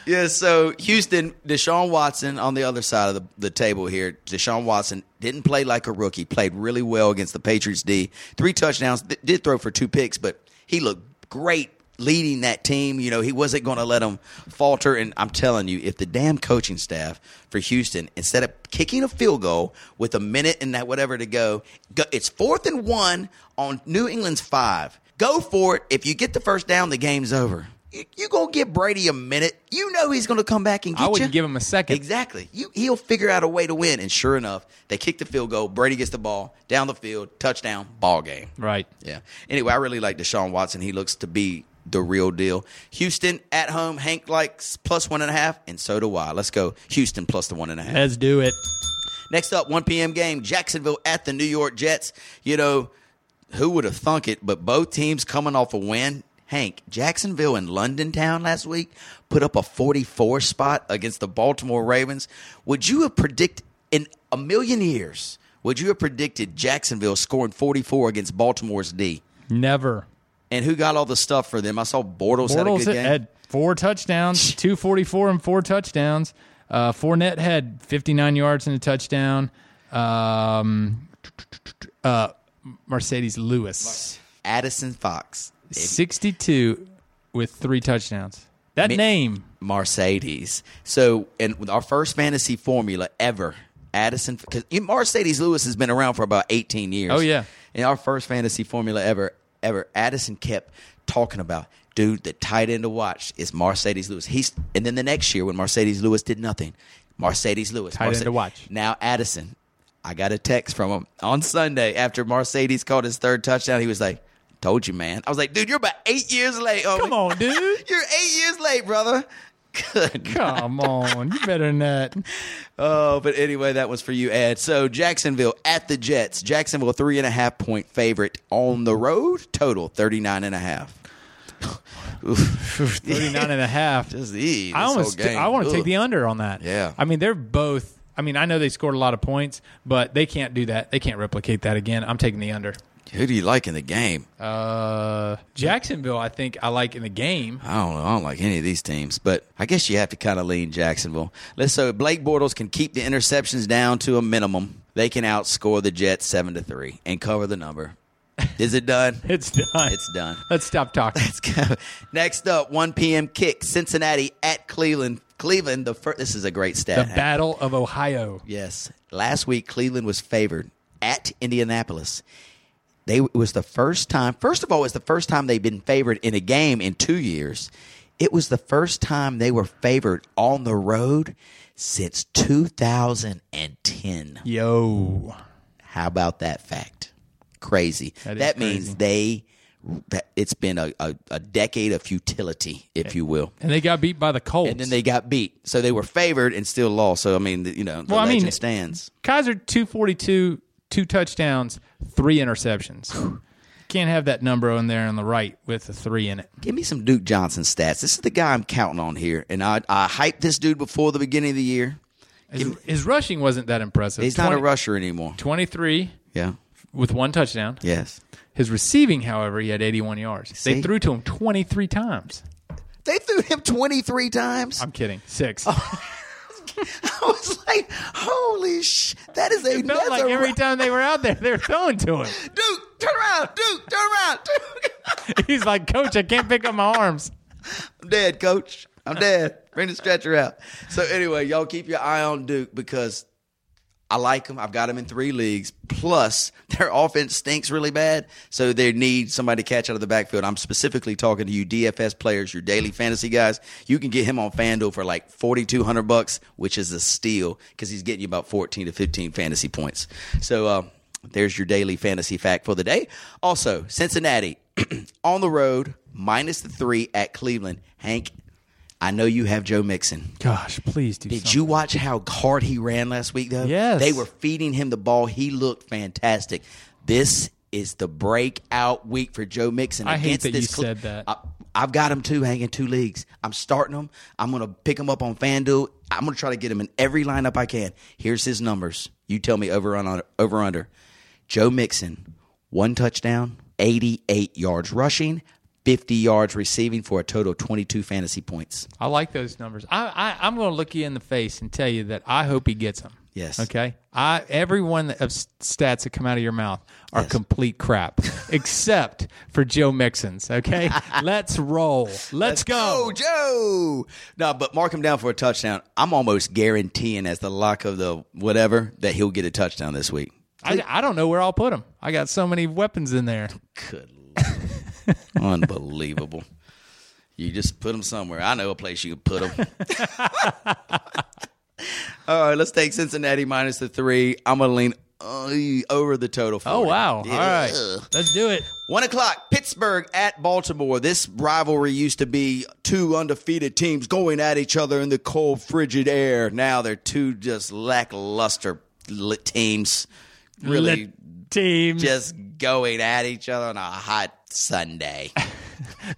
Yeah, so Houston, Deshaun Watson on the other side of the, the table here. Deshaun Watson didn't play like a rookie, played really well against the Patriots D. Three touchdowns, th- did throw for two picks, but he looked great leading that team. You know, he wasn't going to let them falter. And I'm telling you, if the damn coaching staff for Houston, instead of kicking a field goal with a minute and that whatever to go, go it's fourth and one on New England's five. Go for it. If you get the first down, the game's over you, you gonna give Brady a minute. You know he's gonna come back and get I wouldn't you. give him a second. Exactly. You, he'll figure out a way to win. And sure enough, they kick the field goal. Brady gets the ball down the field, touchdown, ball game. Right. Yeah. Anyway, I really like Deshaun Watson. He looks to be the real deal. Houston at home. Hank likes plus one and a half, and so do I. Let's go. Houston plus the one and a half. Let's do it. Next up, 1 p.m. game, Jacksonville at the New York Jets. You know, who would have thunk it, but both teams coming off a win. Hank, Jacksonville and London Town last week put up a 44 spot against the Baltimore Ravens. Would you have predicted in a million years, would you have predicted Jacksonville scoring 44 against Baltimore's D? Never. And who got all the stuff for them? I saw Bortles, had a Bortles good game. had four touchdowns, two forty-four and four touchdowns. Uh, Fournette had fifty-nine yards and a touchdown. Um, uh, Mercedes Lewis, Addison Fox, sixty-two with three touchdowns. That name. Mercedes. So, and with our first fantasy formula ever, Addison, because Mercedes Lewis has been around for about 18 years. Oh, yeah. And our first fantasy formula ever, ever, Addison kept talking about, dude, the tight end to watch is Mercedes Lewis. He's, and then the next year when Mercedes Lewis did nothing, Mercedes Lewis. Tight end to watch. Now, Addison, I got a text from him on Sunday after Mercedes caught his third touchdown. He was like, Told you, man. I was like, dude, you're about eight years late. homie. Come on, dude. You're eight years late, brother. Good. Come on, you better than that. Oh, but anyway, that was for you, Ed. So Jacksonville at the Jets. Jacksonville three and a half point favorite on the road. Total thirty nine and a half. Oof. 39 and a half. Just eat. I this almost whole game. I want to Ugh. take the under on that. Yeah. I mean, they're both I mean, I know they scored a lot of points, but they can't do that. They can't replicate that again. I'm taking the under. Who do you like in the game? Uh, Jacksonville, I think I like in the game. I don't know. I don't like any of these teams, but I guess you have to kind of lean Jacksonville. Let's so Blake Bortles can keep the interceptions down to a minimum. They can outscore the Jets seven to three and cover the number. Is it done? It's done. It's done. Let's stop talking. Let's go. Next up, 1 p.m. kick, Cincinnati at Cleveland. Cleveland, the first. This is a great the stat. Battle of Ohio. Yes. Last week, Cleveland was favored at Indianapolis. They it was the first time. First of all, it was the first time they've been favored in a game in two years. It was the first time they were favored on the road since 2010. Yo, How about that fact? Crazy. That That, is means crazy. they. That it's been a, a, a decade of futility, if you will. and they got beat by the Colts. And then they got beat, so they were favored and still lost. So I mean, you know, the Well, I mean- legend stands. Kaiser two forty two, two touchdowns, three interceptions. Can't have that number on there on the right with a three in it. Give me some Duke Johnson stats. This is the guy I'm counting on here, and I I hyped this dude before the beginning of the year. His, his rushing wasn't that impressive. He's not a rusher anymore. Twenty three Yeah. with one touchdown. Yes. His receiving, however, he had eighty one yards. See? They threw to him twenty three times. They threw him 23 times. I'm kidding. Six. Oh, I was like, holy sh! That is a it felt like that's a every ru- time they were out there, they were throwing to him. Duke, turn around, Duke, turn around, Duke. He's like, Coach, I can't pick up my arms. I'm dead, coach. I'm dead. Bring the stretcher out. So anyway, y'all keep your eye on Duke because I like him. I've got him in three leagues. Plus, their offense stinks really bad, so they need somebody to catch out of the backfield. I'm specifically talking to you DFS players, your daily fantasy guys. You can get him on FanDuel for like 4200 bucks, which is a steal cuz he's getting you about 14 to 15 fantasy points. So, uh, there's your daily fantasy fact for the day. Also, Cincinnati on the road minus the 3 at Cleveland. Hank, I know you have Joe Mixon. Gosh, please do Did you watch how hard he ran last week, though? Yes. They were feeding him the ball. He looked fantastic. This is the breakout week for Joe Mixon. I hate against that this you said that. I, I've got him too, hanging two leagues. I'm starting him. I'm going to pick him up on FanDuel. I'm going to try to get him in every lineup I can. Here's his numbers. You tell me over on over under. Joe Mixon, one touchdown, 88 yards rushing, 50 yards receiving for a total of 22 fantasy points. I like those numbers. I, I I'm going to look you in the face and tell you that I hope he gets them. Yes. Okay. I every one of s- stats that come out of your mouth are complete crap, except for Joe Mixon's. Okay. Let's roll. Let's, go. Go, Joe. No, but mark him down for a touchdown. I'm almost guaranteeing as the lock of the whatever that he'll get a touchdown this week. I, I don't know where I'll put him. I got so many weapons in there. Good Lord. Unbelievable. You just put him somewhere. I know a place you can put him. All right, let's take Cincinnati minus the three. I'm going to lean uh, over the total. For Oh wow! Yeah. All right, let's do it. One o'clock, Pittsburgh at Baltimore. This rivalry used to be two undefeated teams going at each other in the cold, frigid air. Now they're two just lackluster lit teams, really Let team. just going at each other on a hot Sunday.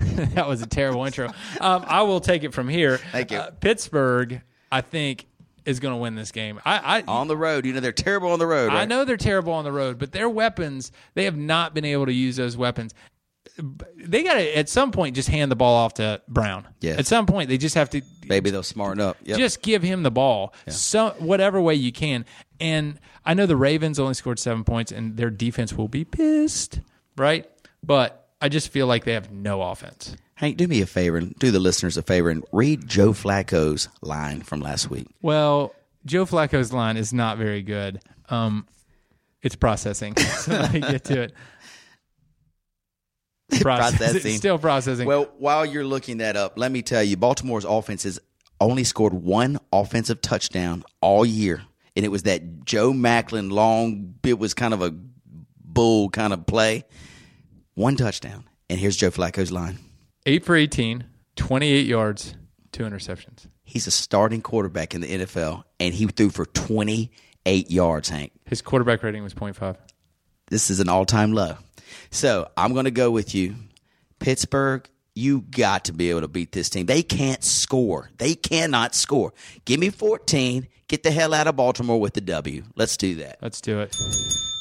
that was a terrible intro. Um, I will take it from here. Uh, Thank you. Pittsburgh, I think, is going to win this game. I, I on the road, you know they're terrible on the road. I Right? know they're terrible on the road, but their weapons, they have not been able to use those weapons. They got to, at some point, just hand the ball off to Brown. Yes. At some point, they just have to Maybe they'll smarten up. Yep. just give him the ball, so whatever way you can. And I know the Ravens only scored seven points, and their defense will be pissed, right? But I just feel like they have no offense. Hank, do me a favor and do the listeners a favor and read Joe Flacco's line from last week. Well, Joe Flacco's line is not very good. Um, it's processing. So let me get to it. Processing. It's still processing. Well, while you're looking that up, let me tell you, Baltimore's offense has only scored one offensive touchdown all year, and it was that Joe Macklin long. It was kind of a bull kind of play. One touchdown, and here's Joe Flacco's line. Eight for 18, 28 yards, two interceptions. He's a starting quarterback in the NFL, and he threw for 28 yards. Hank, His quarterback rating was 0.5. this is an all-time low. So I'm going to go with you, Pittsburgh. You got to be able to beat this team. They can't score. They cannot score. Give me 14. Get the hell out of Baltimore with the W. Let's do that. Let's do it.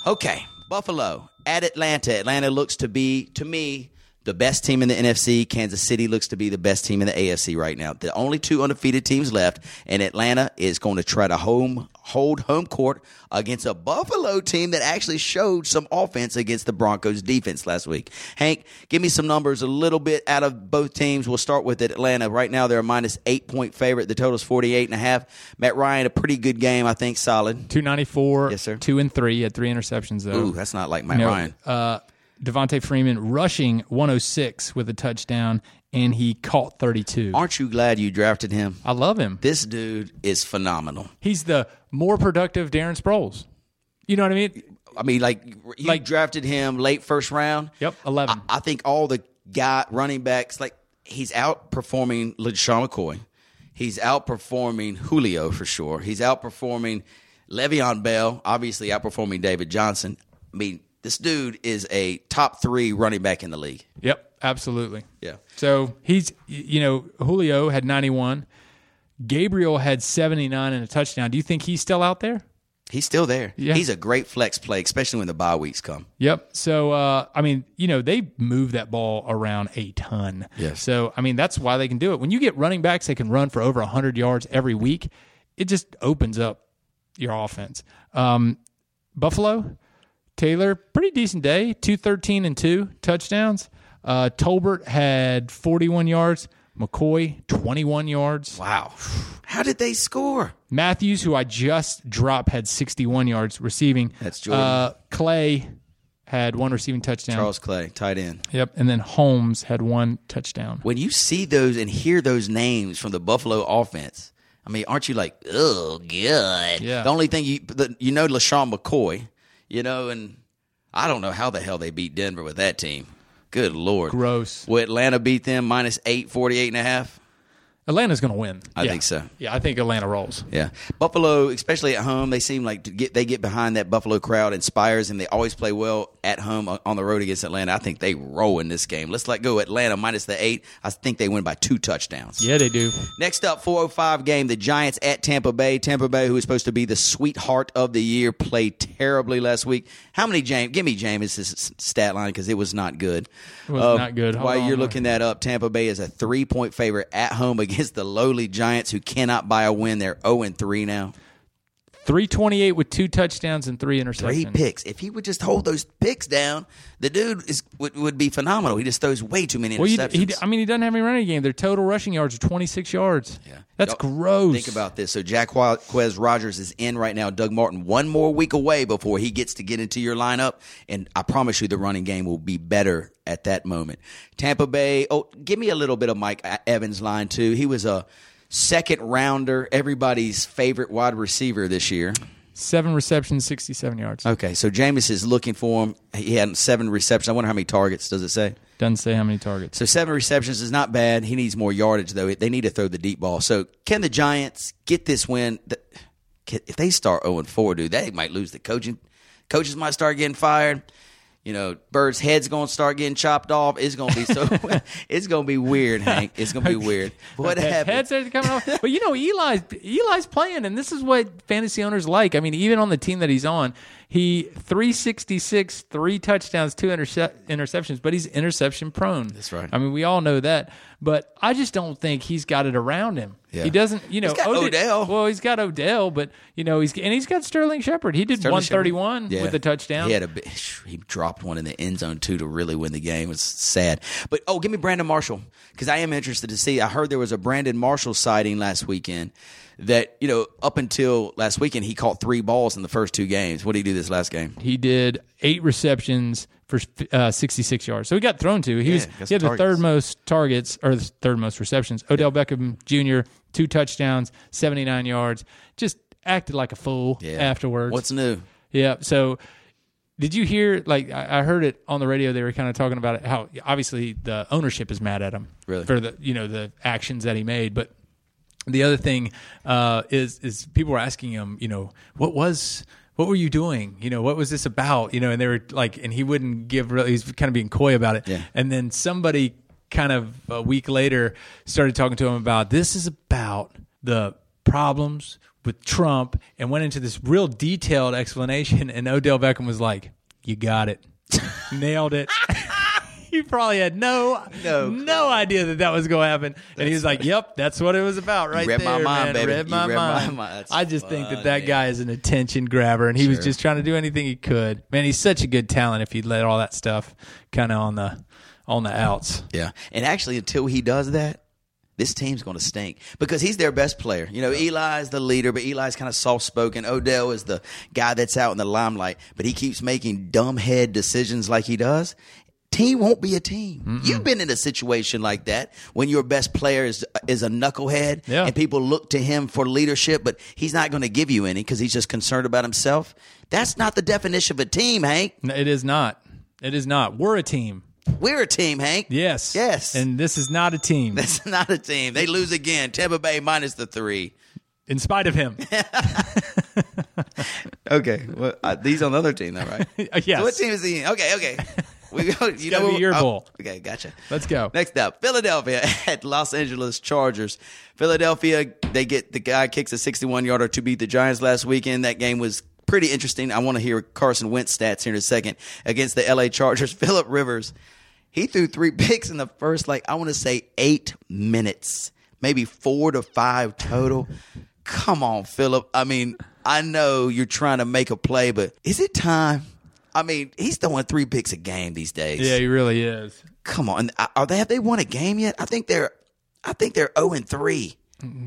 Okay. Buffalo at Atlanta. Atlanta looks to be, to me, the best team in the NFC. Kansas City looks to be the best team in the AFC right now. The only two undefeated teams left, and Atlanta is going to try to home hold home court against a Buffalo team that actually showed some offense against the Broncos defense last week. Hank, give me some numbers a little bit out of both teams. We'll start with Atlanta. Right now they're a minus 8 point favorite. The total's 48 and a half. Matt Ryan a pretty good game, I think, solid. 294. Yes, sir. Two and three. Had three interceptions, though. Ooh, that's not like Matt No, Ryan. Uh, Devontae Freeman rushing 106 with a touchdown, and he caught 32. Aren't you glad you drafted him? I love him. This dude is phenomenal. He's the more productive Darren Sproles. You know what I mean? I mean, like you Like- drafted him late first round. Yep, 11. I, I think all the guy running backs like he's outperforming LaShawn McCoy. He's outperforming Julio for sure. He's outperforming Le'Veon Bell. Obviously, outperforming David Johnson. I mean, this dude is a top three running back in the league. Yep, absolutely. Yeah. So he's, you know, Julio had 91. Gabriel had 79 and a touchdown. Do you think he's still out there? He's still there. Yeah. He's a great flex play, especially when the bye weeks come. Yep. So uh, I mean, you know, they move that ball around a ton. Yes. So I mean, that's why they can do it. When you get running backs that can run for over hundred yards every week, it just opens up your offense. Um, Buffalo, Taylor, pretty decent day. Two thirteen and two touchdowns. Uh, Tolbert had forty one yards. McCoy twenty one yards. Wow. How did they score? Matthews, who I just dropped, had 61 yards receiving. That's Jordan. Uh, Clay had one receiving touchdown. Charles Clay, tight end. Yep. And then Holmes had one touchdown. when you see those and hear those names from the Buffalo offense, I mean, aren't you like, oh, good? Yeah. The only thing you the, you know, LaShawn McCoy, you know, and I don't know how the hell they beat Denver with that team. Good Lord. Gross. Will Atlanta beat them minus 8, 48 and a half? Atlanta's going to win. I Yeah. think so. Yeah. I think Atlanta rolls. Yeah, Buffalo, especially at home, they seem like to get they get behind that Buffalo crowd, inspires, and they always play well at home on on the road against Atlanta. I think they roll in this game. Let's let go Atlanta minus the eight. I think they win by two touchdowns. Yeah, they do. Next up, 405 game, the Giants at Tampa Bay. Tampa Bay, who is supposed to be the sweetheart of the year, played terribly last week. How many James? Give me James' stat line because it was not good. It was not good. Hold While on. you're looking that up, Tampa Bay is a three point favorite at home against the lowly Giants, who cannot buy a win. They're 0 and 3 now. 328 with two touchdowns and three interceptions. Three picks. If he would just hold those picks down, the dude is would, would be phenomenal. He just throws way too many Well, he, interceptions. he, I mean, he doesn't have any running game. Their total rushing yards are 26 yards. Yeah. That's Y'all gross. Think about this. So Jack Quez Rogers is in right now. Doug Martin one more week away before he gets to get into your lineup, and I promise you the running game will be better at that moment. Tampa Bay. Oh, give me a little bit of Mike Evans line too. He was a second rounder, everybody's favorite wide receiver this year. Seven receptions, 67 yards. Okay, so Jameis is looking for him. He had seven receptions. I wonder how many targets does it say? Doesn't say how many targets. So seven receptions is not bad. He needs more yardage though. They need to throw the deep ball. So can the Giants get this win? The- can- If they start zero four, dude, they might lose the coaching. Coaches might start getting fired. You know, Bird's head's going to start getting chopped off. It's going to be so. it's going to be weird, Hank. It's going to be weird. What He- happens? Heads are coming off. But you know, Eli's Eli's playing, and this is what fantasy owners like. I mean, even on the team that he's on, he three sixty six, three touchdowns, two intercep interceptions, but he's interception prone. That's right. I mean, we all know that, but I just don't think he's got it around him. Yeah. He doesn't. You know, He's got Odell. Well, he's got Odell, but you know, he's and he's got Sterling Shepard. He did one thirty one Yeah. with a touchdown. He had a bit, he dropped one in the end zone too to really win the game. It's sad. But oh, give me Brandon Marshall because I am interested to see. I heard there was a Brandon Marshall sighting last weekend. That you know, up until last weekend, he caught three balls in the first two games. What did he do this last game? he did eight receptions for uh, 66 yards. So he got thrown to. He was got some he had the targets. third most targets or the third most receptions. Odell Beckham Jr. two touchdowns, 79 yards. Just acted like a fool afterwards. what's new? yeah. So did you hear? Like I I heard it on the radio. They were kind of talking about it. How obviously the ownership is mad at him Really? for the you know the actions that he made, but. The other thing uh, is is people were asking him, you know, what was what were you doing? You know, what was this about? You know, and they were like, and he wouldn't give really. He's kind of being coy about it. Yeah. And then somebody kind of a week later started talking to him about this is about the problems with Trump and went into this real detailed explanation. And Odell Beckham was like, You got it. Nailed it. you probably had no No no, idea that that was going to happen. and he was like, "Yep, that's what it was about, right read my there, mind, man. baby. Read You my read my mind. mind. That's I just think that funny. that guy is an attention grabber, and he was just trying to do anything he could. Man, he's such a good talent. If he let all that stuff kind of on the on the outs, Yeah. And actually, until he does that, this team's going to stink because he's their best player. You know, Eli is the leader, but Eli's kind of soft spoken. Odell is the guy that's out in the limelight, but he keeps making dumb head decisions like he does. Team won't be a team. You've been in a situation like that when your best player is is a knucklehead Yeah. and people look to him for leadership, but he's not going to give you any because he's just concerned about himself. That's not the definition of a team, Hank. No, it is not. It is not. We're a team. We're a team, Hank. Yes. Yes. And this is not a team. That's not a team. They lose again. Tampa Bay minus the three. In spite of him. Okay. Well, uh, these on the other team, though, right? Yes. So what team is he in? Okay, okay. We go, you gotta be your oh, ball. Okay, gotcha. Let's go. Next up, Philadelphia at Los Angeles Chargers. Philadelphia, they get the guy kicks a 61 yarder to beat the Giants last weekend. That game was pretty interesting. I want to hear Carson Wentz stats here in a second against the LA Chargers. Philip Rivers, he threw three picks in the first, like, I want to say eight minutes, maybe four to five total. Come on, Philip. I mean, I know you're trying to make a play, but is it time? I mean, he's throwing three picks a game these days yeah, he really is. come on, are they have they won a game yet? I think they're I think they're zero and three.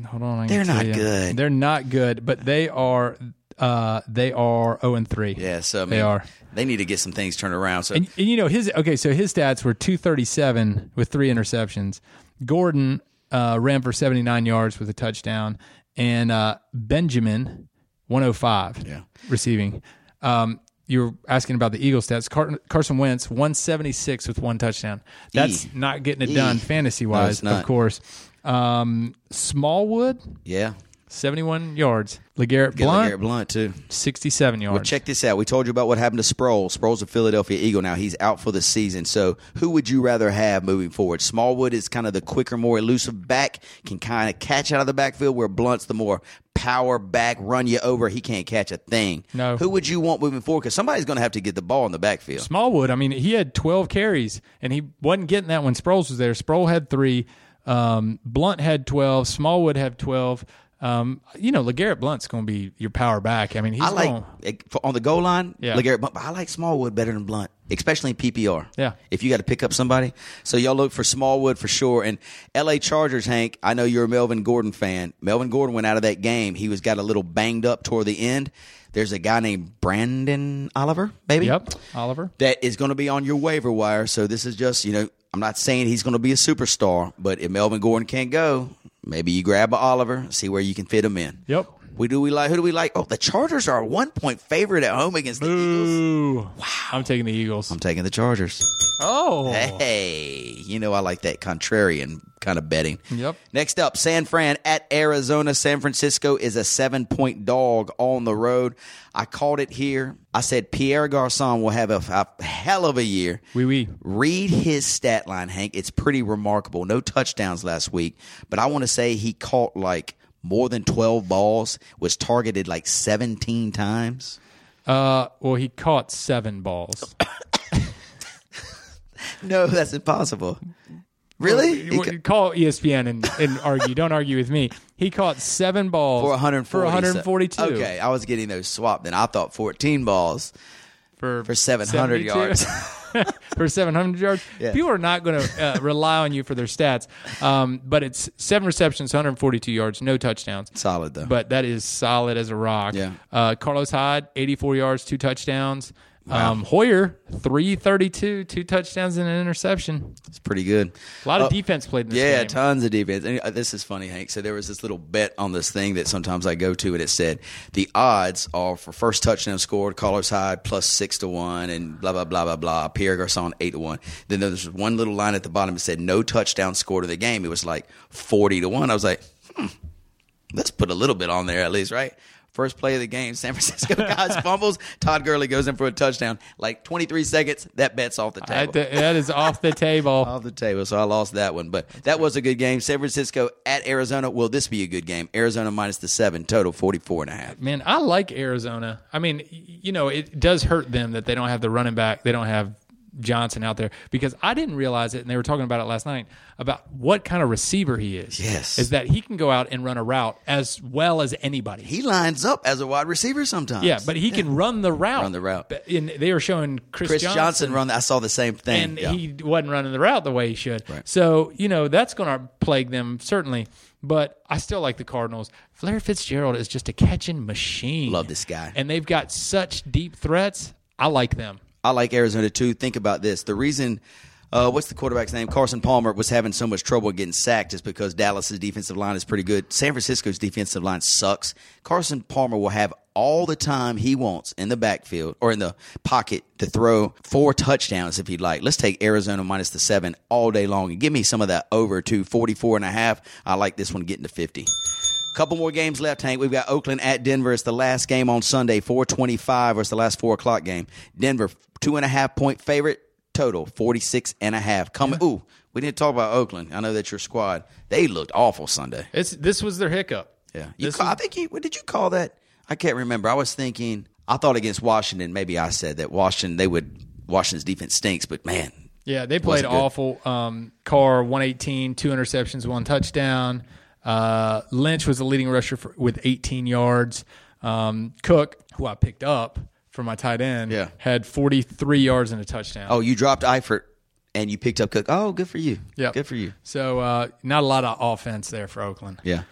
Hold on. I They're can tell not you. good. They're not good, but they are uh they are 0 and 3. Yeah, so I mean, they are. They need to get some things turned around. So And, and you know his okay, so his stats were 237 with three interceptions. Gordon uh ran for 79 yards with a touchdown and uh Benjamin 105 Yeah. receiving. Um you were asking about the Eagle stats. Car- Carson Wentz 176 with one touchdown. That's Eee. not getting it done Eee. fantasy No, wise, it's not. of course. Um Smallwood yeah, 71 yards. LeGarrette get Blunt, LeGarrette Blunt too. 67 yards. Well, check this out. We told you about what happened to Sproles. Sproles a Philadelphia Eagle. Now he's out for the season. So who would you rather have moving forward? Smallwood is kind of the quicker, more elusive back, can kind of catch out of the backfield. Where Blunt's the more power back, run you over. He can't catch a thing. No. Who would you want moving forward? Because somebody's going to have to get the ball in the backfield. Smallwood, I mean, he had 12 carries and he wasn't getting that when Sproles was there. Sproles had three. Um, Blunt had 12. Smallwood had 12. Um, you know, LeGarrette Blunt's going to be your power back. I mean, he's I like gonna- eh, for- on the goal line, Yeah. LeGarrette Blunt, but I like Smallwood better than Blunt, especially in PPR. Yeah. If you got to pick up somebody. So y'all look for Smallwood for sure. And LA Chargers, Hank, I know you're a Melvin Gordon fan. Melvin Gordon went out of that game. He was got a little banged up toward the end. There's a guy named Brandon Oliver, maybe? Yep, Oliver. that is going to be on your waiver wire. So this is just, you know, I'm not saying he's going to be a superstar, but if Melvin Gordon can't go, maybe you grab a Oliver, see where you can fit him in. Yep. We do we like who do we like? Oh, the Chargers are a one point favorite at home against the Eagles. Ooh. Wow. I'm taking the Eagles. I'm taking the Chargers. Oh. Hey, you know I like that contrarian kind of betting. Yep. Next up, San Fran at Arizona. San Francisco is a seven point dog on the road. I called it here. I said Pierre Garcon will have a, a hell of a year. Wee wee. Read his stat line, Hank. It's pretty remarkable. No touchdowns last week, but I want to say he caught like more than 12 balls, was targeted like 17 times. Uh, well, he caught seven balls. No, that's impossible. Really? He Well, ca- call E ESPN and, and argue. Don't argue with me. He caught seven balls for 140. For 142. So- Okay, I was getting those swapped, and I thought 14 balls for for 700 72 yards. for 700 yards. Yeah. People are not going to uh, rely on you for their stats. Um, but it's seven receptions, 142 yards, no touchdowns. Solid, though. But that is solid as a rock. Yeah. Uh, Carlos Hyde, 84 yards, two touchdowns. Um, Hoyer, 332, two touchdowns and an interception. It's pretty good. A lot of Uh, defense played in this yeah, game. tons of defense. And uh, this is funny, Hank. So there was this little bet on this thing that sometimes I go to, and it said the odds are for first touchdown scored, Carlos Hyde plus six to one, and blah blah blah blah blah. Pierre Garcon eight to one. Then there was one little line at the bottom that said no touchdown scored in the game. It was like forty to one. I was like, hmm, let's put a little bit on there at least, right? First play of the game, San Francisco guys fumbles. Todd Gurley goes in for a touchdown. Like 23 seconds, that bet's off the That- table. that is off the table. off the table, so I lost that one. But that was a good game. San Francisco at Arizona. Will this be a good game? Arizona minus the seven, total 44 and a half. Man, I like Arizona. I mean, y- you know, it does hurt them that they don't have the running back. They don't have Johnson out there because I didn't realize it, and they were talking about it last night about what kind of receiver he is. Yes. is that he can go out and run a route as well as anybody. He lines up as a wide receiver sometimes. yeah, but he can run the route. Run the route. But- And they were showing Chris, Chris Johnson, run. I saw the same thing. and Yeah. he wasn't running the route the way he should. Right. So you know that's going to plague them certainly. But I still like the Cardinals. Flair Fitzgerald is just a catching machine. Love this guy. and they've got such deep threats. I like them. I like Arizona too. Think about this. The reason, uh, what's the quarterback's name? Carson Palmer was having so much trouble getting sacked is because Dallas's defensive line is pretty good. San Francisco's defensive line sucks. Carson Palmer will have all the time he wants in the backfield or in the pocket to throw four touchdowns if he'd like. Let's take Arizona minus the seven all day long and give me some of that over to 44 and a half. I like this one getting to 50. Couple more games left, Hank. We've got Oakland at Denver. It's the last game on Sunday, 425, or it's the last four o'clock game. Denver, two and a half point favorite, total 46 and a half. Coming, ooh, we didn't talk about Oakland. I know that's your squad. They looked awful Sunday. It's this was their hiccup. Yeah. You This call, was- I think you, what did you call that? I can't remember. I was thinking, I thought against Washington, maybe I said that Washington, they would, Washington's defense stinks, but man, Yeah, they played good. awful. Um, Carr, 118, two interceptions, one touchdown. Uh, Lynch was the leading rusher for, with 18 yards. Um, Cook, who I picked up for my tight end, Yeah. had 43 yards and a touchdown. oh, you dropped Eifert and you picked up Cook. Oh, good for you. Yeah. Good for you. So uh, not a lot of offense there for Oakland. Yeah.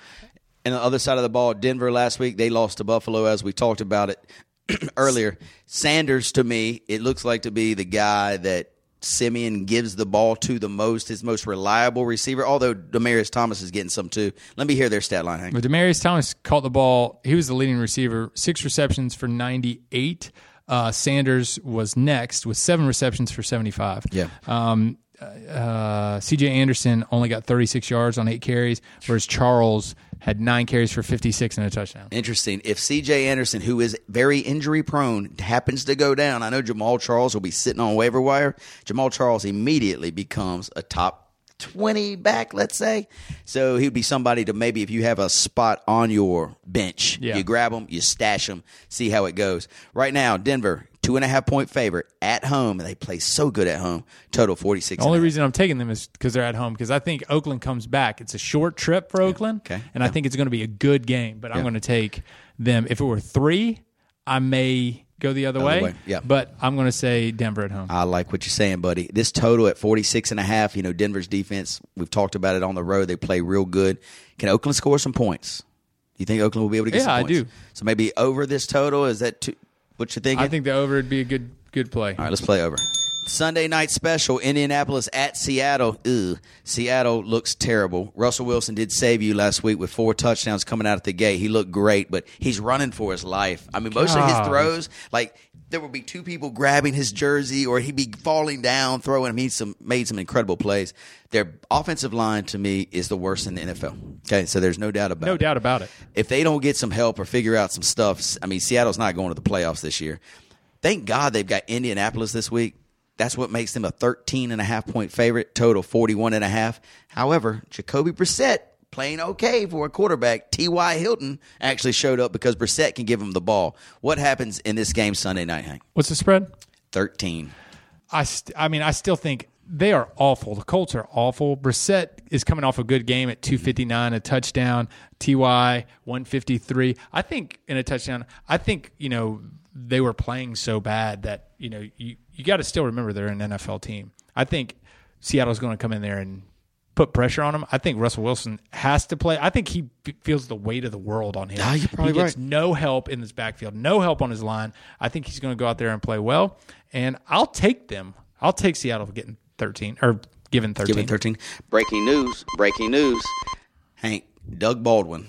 And the other side of the ball, Denver last week, they lost to Buffalo as we talked about it earlier. Sanders to me, it looks like to be the guy that Simeon gives the ball to the most, his most reliable receiver, although Demarius Thomas is getting some too. Let me hear their stat line, Hank. But Demarius Thomas caught the ball. He was the leading receiver, six receptions for 98. Uh, Sanders was next with seven receptions for 75. Yeah. Um, uh, CJ Anderson only got 36 yards on eight carries, whereas Charles had nine carries for 56 and a touchdown. Interesting. If CJ Anderson, who is very injury prone, happens to go down, I know Jamal Charles will be sitting on waiver wire. Jamal Charles immediately becomes a top 20 back, let's say. So he'd be somebody to maybe if you have a spot on your bench, Yeah. you grab him, you stash him, see how it goes. Right now, Denver, two and a half point favorite at home. and They play so good at home. Total 46. The only reason I'm taking them is because they're at home. Because I think Oakland comes back. It's a short trip for Oakland, Okay. and I think it's going to be a good game. But I'm going to take them. If it were three, I may go the other way. way, yeah. But I'm going to say Denver at home. I like what you're saying, buddy. This total at 46 and a half, you know, Denver's defense, we've talked about it on the road. They play real good. Can Oakland score some points? Do you think Oakland will be able to get Yeah, some I points? do. So maybe over this total? Is that too, what you're thinking? I think the over would be a good good play. All right, let's play over. Sunday night special, Indianapolis at Seattle. Ugh. Seattle looks terrible. Russell Wilson did save you last week with four touchdowns coming out at the gate. He looked great, but he's running for his life. I mean, most of his God. throws, like there would be two people grabbing his jersey or he'd be falling down, throwing him. He some, made some incredible plays. Their offensive line to me is the worst in the NFL. Okay, so there's no doubt about No it doubt about it. if they don't get some help or figure out some stuff, I mean, Seattle's not going to the playoffs this year. Thank God they've got Indianapolis this week. That's what makes them a 13 and a half point favorite, total 41 and a half. However, Jacoby Brissett playing okay for a quarterback. T.Y. Hilton actually showed up because Brissett can give him the ball. What happens in this game Sunday night, Hank? What's the spread? 13. I, st- I mean, I still think they are awful. The Colts are awful. Brissett is coming off a good game at 259, a touchdown. Ty 153. I think in a touchdown. I think you know they were playing so bad that you know you you got to still remember they're an NFL team. I think Seattle's going to come in there and put pressure on him. I think Russell Wilson has to play. I think he f- feels the weight of the world on him. Ah, you're probably he gets right. no help in this backfield, no help on his line. I think he's going to go out there and play well. And I'll take them. I'll take Seattle getting 13 or given 13. Given 13. Breaking news. Breaking news. Hank, Doug Baldwin,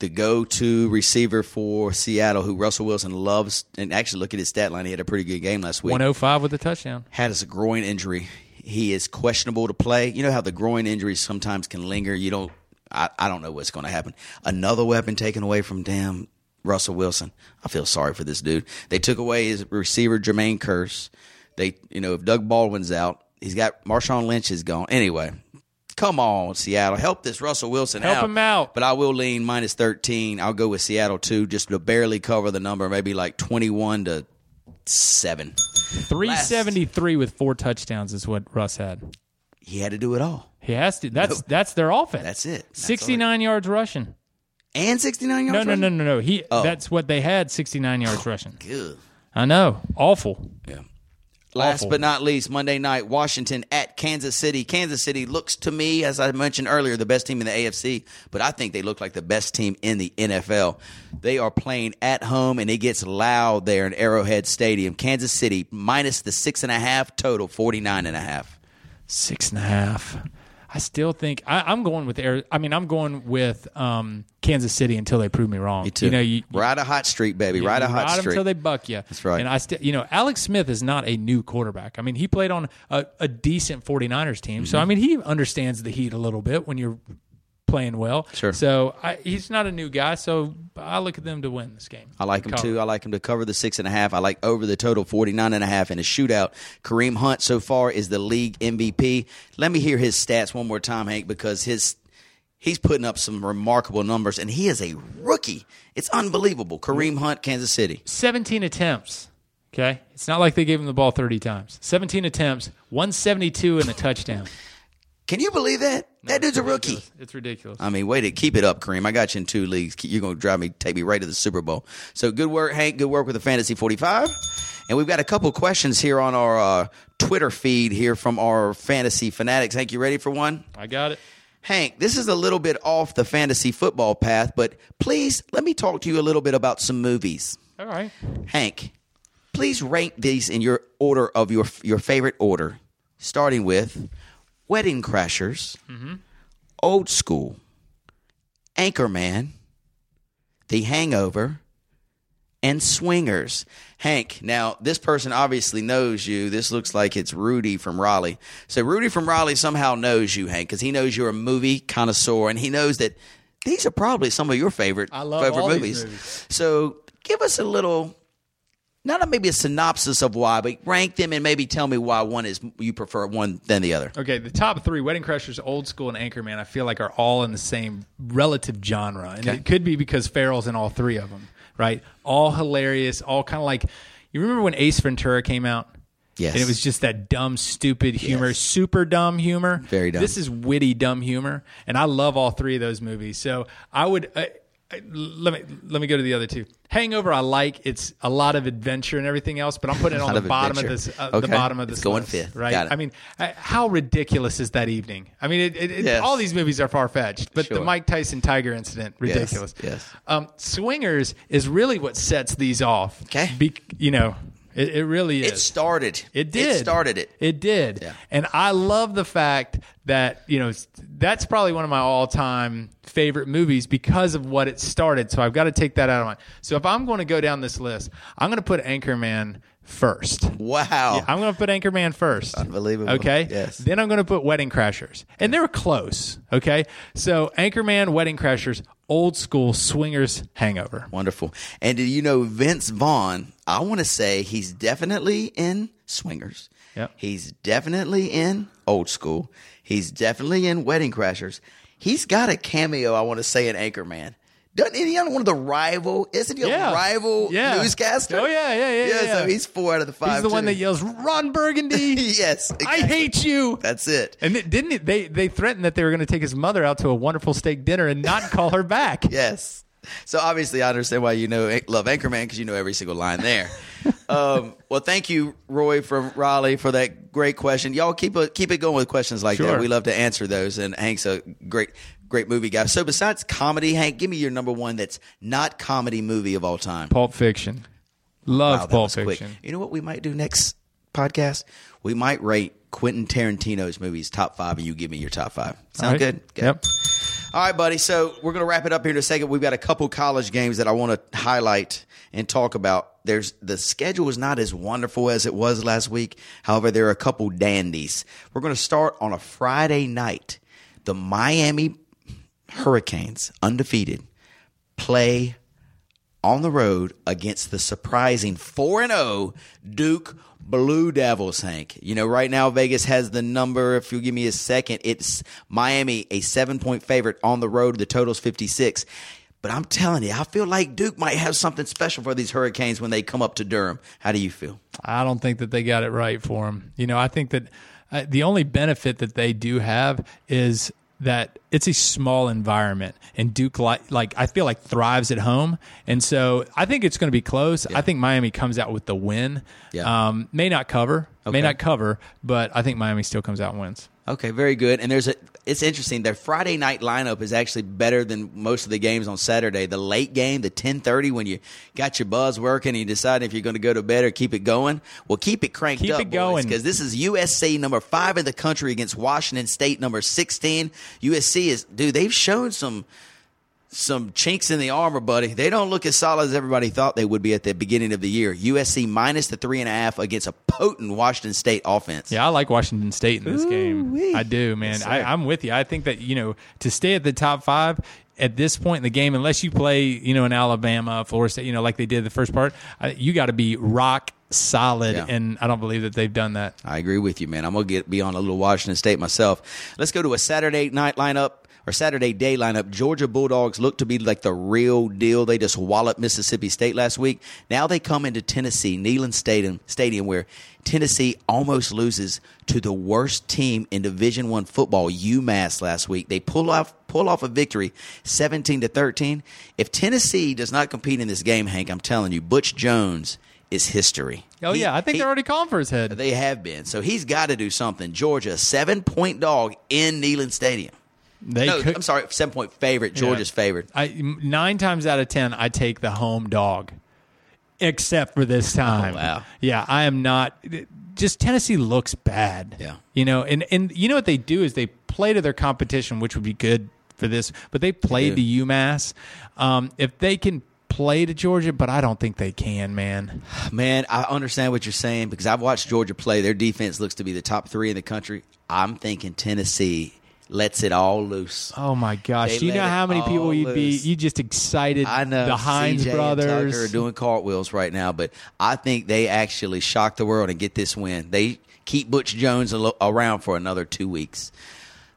the go to receiver for Seattle, who Russell Wilson loves. And actually, look at his stat line. He had a pretty good game last week. 105 with a touchdown. Had his groin injury. He is questionable to play. You know how the groin injuries sometimes can linger. You don't. I, I don't know what's going to happen. Another weapon taken away from damn Russell Wilson. I feel sorry for this dude. They took away his receiver Jermaine Curse. They, you know, if Doug Baldwin's out, he's got Marshawn Lynch is gone. Anyway, come on, Seattle, help this Russell Wilson Help out. him out. But I will lean minus thirteen. I'll go with Seattle too, just to barely cover the number, maybe like twenty-one to seven. 373 with four touchdowns is what Russ had. He had to do it all, He has to. That's that's their offense. That's it. That's all 69 yards rushing. and sixty-nine No, yards. Oh. no, no, no, no. He that's what they had 69 yards rushing. Good. I know. Awful. Last Awful. but not least, Monday night, Washington at Kansas City. Kansas City looks to me, as I mentioned earlier, the best team in the AFC, but I think they look like the best team in the NFL. They are playing at home, and it gets loud there in Arrowhead Stadium. Kansas City minus the six and a half total, 49 and a half. Six and a half. I still think I, I'm going with Air. I mean, I'm going with um, Kansas City until they prove me wrong. You know, you, ride a hot streak, baby. Yeah, ride a you hot ride 'em streak. till they buck you. That's right. And I still, you know, Alex Smith is not a new quarterback. I mean, he played on a, a decent 49ers team, Mm-hmm. so I mean, he understands the heat a little bit when you're playing well. Sure. So I, he's not a new guy. So I look at them to win this game. I like him Cover. too. I like him to cover the six and a half. I like over the total 49 and a half in a shootout. Kareem Hunt so far is the league MVP. Let me hear his stats one more time, Hank, because his he's putting up some remarkable numbers and he is a rookie. It's unbelievable. Kareem Hunt, Kansas City. 17 attempts. Okay, it's not like they gave him the ball 30 times. 17 attempts, 172 and a touchdown. Can you believe that? that dude's a rookie. It's ridiculous. I mean, wait to keep it up, Kareem. I got you in two leagues. You're going to drive me, take me right to the Super Bowl. So good work, Hank. Good work with the Fantasy 45. And we've got a couple questions here on our uh, Twitter feed here from our fantasy fanatics. Hank, you ready for one? I got it. Hank, this is a little bit off the fantasy football path, but please let me talk to you a little bit about some movies. All right. Hank, please rank these in your order of your your favorite order, starting with Wedding Crashers, Old School, Anchorman, The Hangover, and Swingers. Hank, now this person obviously knows you. This looks like it's Rudy from Raleigh. So Rudy from Raleigh somehow knows you, Hank, because he knows you're a movie connoisseur, and he knows that these are probably some of your favorite I love favorite all these movies. movies. So give us a little not a, maybe a synopsis of why, but rank them and maybe tell me why one is you prefer one than the other. Okay, the top three, Wedding Crashers, Old School, and Anchorman, I feel like are all in the same relative genre. And it could be because Farrell's in all three of them, right? All hilarious, all kind of like you remember when Ace Ventura came out? Yes. And it was just that dumb, stupid humor, super dumb humor. Very dumb. This is witty, dumb humor. And I love all three of those movies. So I would. Uh, I- let me let me go to the other two. Hangover, I like. It's a lot of adventure and everything else, but I'm putting it lot on the of bottom of adventure. this. Uh, The Okay. bottom of It's this. going list, fifth. right? Got it. I mean, I- Uh, how ridiculous is that evening? I mean, it, it, it- Yes. all these movies are far fetched, but Sure. the Mike Tyson Tiger incident, ridiculous. yes. Um, Swingers is really what sets these off. Okay. Be, you know, it, it really is. It started. It did. It started it. It did. Yeah. And I love the fact that, you know, s- that's probably one of my all time favorite movies because of what it started. So I've got to take that out of mind. So if I'm going to go down this list, I'm going to put Anchorman first. Wow. I'm going to put Anchorman first. Unbelievable. Okay. Yes. Then I'm going to put Wedding Crashers. And they were close. Okay. So Anchorman, Wedding Crashers, old school swingers hangover. Wonderful. And do you know Vince Vaughn? I want to say he's definitely in Swingers. Yep. He's definitely in Old School. He's definitely in Wedding Crashers. He's got a cameo, I want to say, in Anchorman. Doesn't he on one of the rival? Isn't he Yeah. a rival Yeah. newscaster? Oh, yeah, yeah, yeah, yeah. so he's four out of the five. He's the one too. that yells, Ron Burgundy. yes. I exactly. hate you. That's it. And it, didn't it, they they threatened that they were going to take his mother out to a wonderful steak dinner and not call her back? Yes. So obviously, I understand why you know love Anchorman because you know every single line there. um, well, thank you, Roy from Raleigh, for that great question. Y'all keep a, keep it going with questions like Sure. that. We love to answer those, and Hank's a great great movie guy. So besides comedy, Hank, give me your number one that's not comedy movie of all time. Pulp Fiction. Wow, Love that Pulp was quick. Fiction. You know what we might do next podcast? We might rate Quentin Tarantino's movies top five, and you give me your top five. Sound All right? good? Good. Yep. All right, buddy. So we're going to wrap it up here in a second. We've got a couple college games that I want to highlight and talk about. There's the schedule is not as wonderful as it was last week. However, there are a couple dandies. We're going to start on a Friday night. The Miami Hurricanes, undefeated, play on the road against the surprising 4 0 Duke Blue Devils, Hank. You know, right now Vegas has the number. If you'll give me a second, it's Miami, a seven point favorite on the road. The total's 56. But I'm telling you, I feel like Duke might have something special for these Hurricanes when they come up to Durham. How do you feel? I don't think that they got it right for him. You know, I think that uh, the only benefit that they do have is that it's a small environment and Duke like like I feel like thrives at home and so I think it's going to be close. I think Miami comes out with the win. Yeah. Um may not cover, Okay. may not cover, but I think Miami still comes out and wins. Okay, very good. And there's a it's interesting. Their Friday night lineup is actually better than most of the games on Saturday. The late game, the 10:30 when you got your buzz working and you decide if you're going to go to bed or keep it going. Well, keep it cranked Keep up it going. because this is USC number 5 in the country against Washington State number 16. USC is dude, they've shown some some chinks in the armor, buddy. They don't look as solid as everybody thought they would be at the beginning of the year. USC minus the three and a half against a potent Washington State offense. Yeah, I like Washington State in this game. I do, man. I, I'm with you. I think that you know to stay at the top five at this point in the game, unless you play, you know, in Alabama, Florida State, you know, like they did the first part, I, you got to be rock solid. Yeah. And I don't believe that they've done that. I agree with you, man. I'm gonna get be on a little Washington State myself. Let's go to a Saturday night lineup or Saturday day lineup. Georgia Bulldogs look to be like the real deal. They just walloped Mississippi State last week. Now they come into Tennessee, Neyland Stadium, Stadium where Tennessee almost loses to the worst team in Division One football, UMass, last week. They pull off pull off a victory, seventeen to thirteen. If Tennessee does not compete in this game, Hank, I'm telling you, Butch Jones is history. Oh He- yeah, I think he- they're already calling for his head. they have been. So he's got to do something. Georgia, seven point dog in Neyland Stadium. They no, could- I'm sorry, seven point favorite. Georgia's favorite. I nine times out of ten, I take the home dog, except for this time. Oh, wow. Yeah, I am not. Just Tennessee looks bad. Yeah. you know, and and you know what they do is they play to their competition, which would be good for this, but they play do. to UMass. Um, if they can play to Georgia, but I don't think they can, man. Oh, Man, I understand what you're saying because I've watched Georgia play. Their defense looks to be the top three in the country. I'm thinking Tennessee lets it all loose. Oh my gosh, They Do you know let it how many people all you'd be loose. you just excited. I know the Hines CJ and brothers. Tucker are doing cartwheels right now, but I think they actually shock the world and get this win. They keep Butch Jones al- around for another two weeks.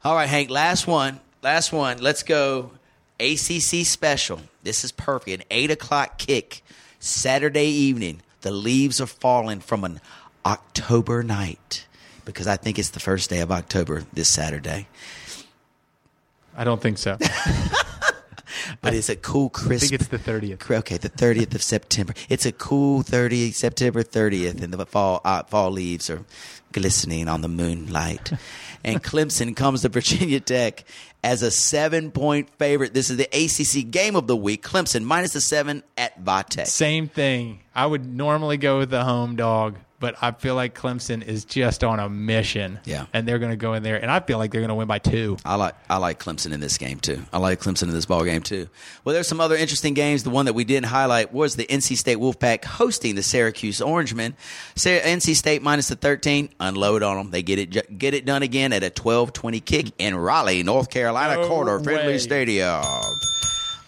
All right, Hank. Last one. Last one. Let's go. ACC special. This is perfect. An eight o'clock kick Saturday evening. The leaves are falling from an October night because I think it's the first day of October this Saturday. I don't think so. I But it's a cool crisp. think it's the thirtieth. Okay, the thirtieth of September. It's a cool thirty September thirtieth, and the fall uh, fall leaves are glistening on the moonlight. and Clemson comes to Virginia Tech as a seven point favorite. This is the ACC game of the week. Clemson minus the seven at Vatech. Same thing. I would normally go with the home dog, but I feel like Clemson is just on a mission. Yeah. And they're going to go in there, and I feel like they're going to win by two. I like I like Clemson in this game too. I like Clemson in this ball game too. Well, there's some other interesting games. The one that we didn't highlight was the NC State Wolfpack hosting the Syracuse Orangemen. Sa- NC State minus the 13. Unload on them. They get it ju- get it done again at a 12-20 kick in Raleigh, North Carolina, No quarter friendly way. stadium.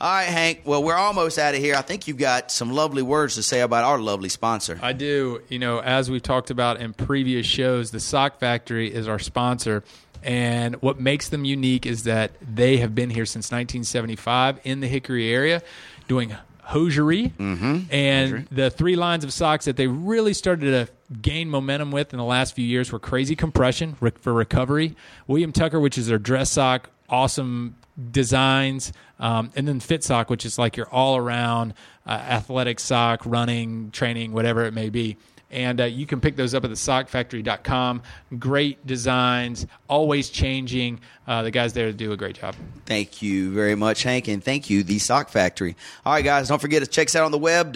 All right, Hank. Well, we're almost out of here. I think you've got some lovely words to say about our lovely sponsor. I do. You know, as we've talked about in previous shows, the Sock Factory is our sponsor. And what makes them unique is that they have been here since 1975 in the Hickory area doing hosiery. Mm-hmm. And the three lines of socks that they really started to gain momentum with in the last few years were Crazy Compression re- for recovery, William Tucker, which is their dress sock, awesome designs, um, and then fit sock, which is like your all around uh, athletic sock, running, training, whatever it may be. And uh, you can pick those up at the sockfactory.com. Great designs, always changing. Uh, the guys there do a great job. Thank you very much, Hank, and thank you, The Sock Factory. All right, guys, don't forget to check us out on the web,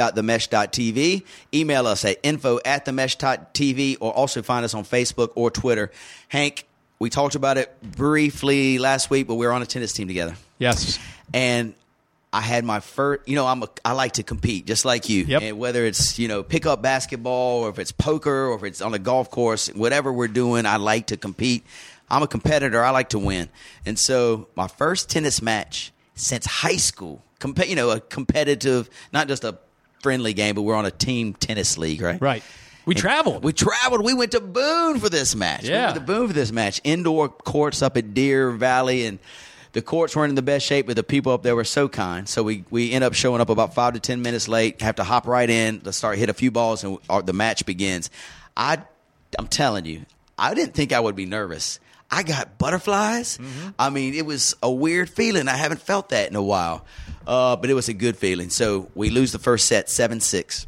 www.themesh.tv. Email us at info at themesh.tv or also find us on Facebook or Twitter. Hank, we talked about it briefly last week, but we were on a tennis team together. Yes. And I had my first, you know, I'm a, I like to compete just like you. Yep. And whether it's, you know, pick up basketball or if it's poker or if it's on a golf course, whatever we're doing, I like to compete. I'm a competitor. I like to win. And so my first tennis match since high school comp- you know, a competitive, not just a friendly game, but we're on a team tennis league, right? Right. We traveled. We traveled. We went to Boone for this match. We Yeah. went to Boone for this match. Indoor courts up at Deer Valley, and the courts weren't in the best shape, but the people up there were so kind. So we we end up showing up about five to ten minutes late. Have to hop right in. Let's start hit a few balls, and our, the match begins. I I'm telling you, I didn't think I would be nervous. I got butterflies. Mm-hmm. I mean, it was a weird feeling. I haven't felt that in a while, uh, but it was a good feeling. So we lose the first set, seven six.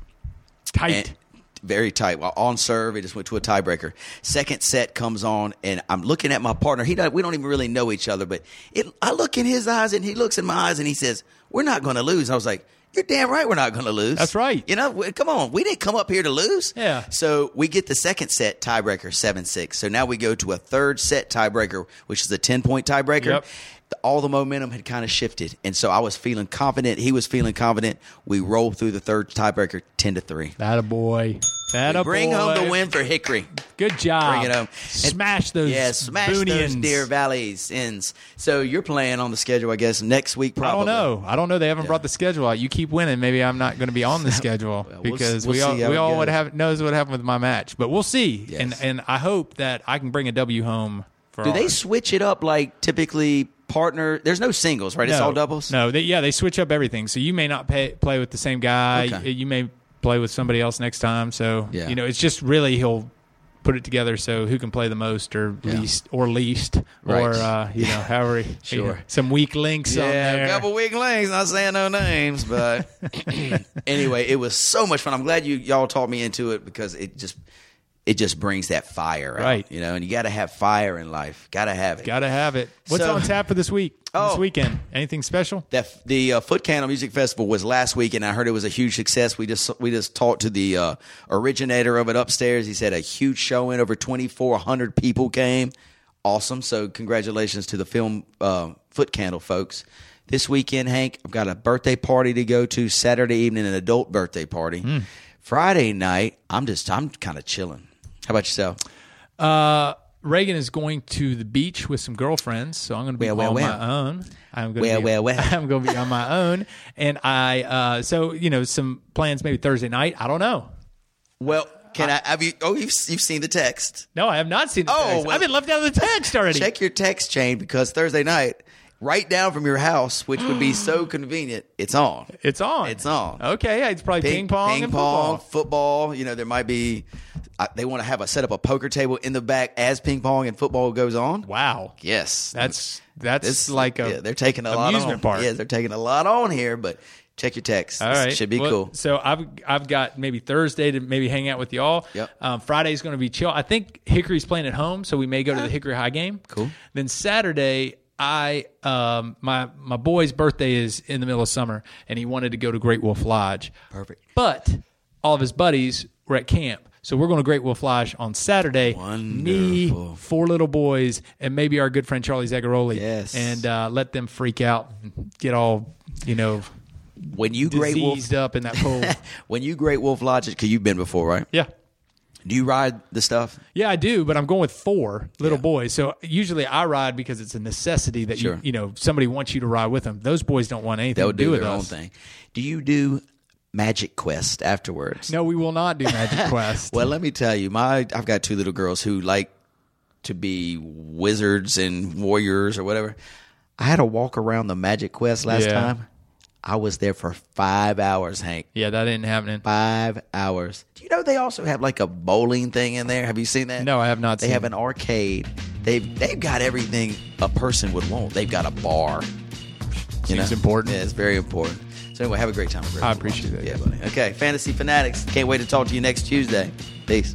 Tight. And very tight. Well, on serve, it just went to a tiebreaker. Second set comes on, and I'm looking at my partner. He don't, we don't even really know each other, but it, I look in his eyes, and he looks in my eyes, and he says, "We're not going to lose." I was like, "You're damn right, we're not going to lose." That's right. You know, we- come on, we didn't come up here to lose. Yeah. So we get the second set tiebreaker seven six. So now we go to a third set tiebreaker, which is a ten point tiebreaker Yep. the- all the momentum had kind of shifted, and so I was feeling confident. He was feeling confident. We rolled through the third tiebreaker, ten to three. that a boy. That a Bring boy. home the win for Hickory. Good job. Bring it home. And- Smash those. yeah, smash those Boonians. Deer Valleys ends. So you're playing on the schedule, I guess, next week. I don't Probably. know. I don't know. They haven't brought the schedule out. You keep winning. Maybe I'm not going to be on the schedule we'll s- because we'll we all see how we it all would goes. have knows what happened with my match. But we'll see. Yes. And and I hope that I can bring a W home. For Do ours. they switch it up like typically partner? There's no singles, right? It's No. all doubles. No, they, yeah, they switch up everything. So you may not pay, play with the same guy. Okay. You, you may play with somebody else next time. So Yeah. you know, it's just really he'll put it together. So who can play the most or Yeah. least or least or Right. uh, you know, however, you know, Sure. some weak links on Yeah, there. a couple weak links. Not saying no names, but anyway, it was so much fun. I'm glad you y'all taught me into it because it just it just brings that fire, out, Right. You know, and you got to have fire in life. Got to have it. Gotta have it. What's So- on tap for this week? Oh. This weekend? Anything special? that the uh, Foot Candle Music Festival was last week, and I heard it was a huge success. We just we just talked to the uh, originator of it upstairs. He said a huge showing, over twenty four hundred people came. Awesome! So congratulations to the film uh, Foot Candle folks. This weekend, Hank, I've got a birthday party to go to Saturday evening, an adult birthday party. Friday night, I'm just I'm kind of chilling. How about yourself? Uh, Reagan is going to the beach with some girlfriends, so I'm going to be Well, well, on well. my own. I'm going Well, to be, well, well. I'm going to be on my own, and I. Uh, so you know, some plans maybe Thursday night. I don't know. Well, can I, have you? Oh, you've you've seen the text. No, I have not seen. The Oh, text. well- I've been left out of the text already. check your text chain because Thursday night, right down from your house, which would be so convenient, it's on. It's on. It's on. Okay, yeah, it's probably ping, pong ping and pong, football. football. You know, there might be. I they want to have a set up a poker table in the back as ping pong and football goes on. Wow, Yes, that's that's It's like a yeah, they're taking a lot on. amusement park. Yeah, they're taking a lot on here, but check your text. All This right, should be Well, cool. So I've I've got maybe Thursday to maybe hang out with y'all. Yep. Um, Friday's going to be chill. I think Hickory's playing at home, so we may go to the Hickory High game. Cool. Then Saturday, I um my my boy's birthday is in the middle of summer, and he wanted to go to Great Wolf Lodge. Perfect. But all of his buddies were at camp. So we're going to Great Wolf Lodge on Saturday. Me, four little boys, and maybe our good friend Charlie Zagaroli. Yes. And uh, let them freak out and get all, you know, When you Great Wolf, diseased up in that pool. when you Great Wolf Lodge, because you've been before, right? yeah. Do you ride the stuff? Yeah, I do, but I'm going with four little boys. So usually I ride because it's a necessity that Sure. you, you know, somebody wants you to ride with them. Those boys don't want anything They'll to do, do with their own us. thing. Do you do Magic Quest afterwards? No, we will not do Magic Quest. Well, let me tell you, my I've got two little girls who like to be wizards and warriors or whatever. I had a walk around the Magic Quest last Yeah. time. I was there for five hours, Hank. yeah, that ain't happening. Five hours. Do you know they also have like a bowling thing in there? Have you seen that? No, I have not They seen have it. an arcade. They've they've got everything a person would want. They've got a bar. You Seems important. Yeah, it's very important. So anyway, have a great time. I appreciate it. Yeah, buddy. Okay, fantasy fanatics. Can't wait to talk to you next Tuesday. Peace.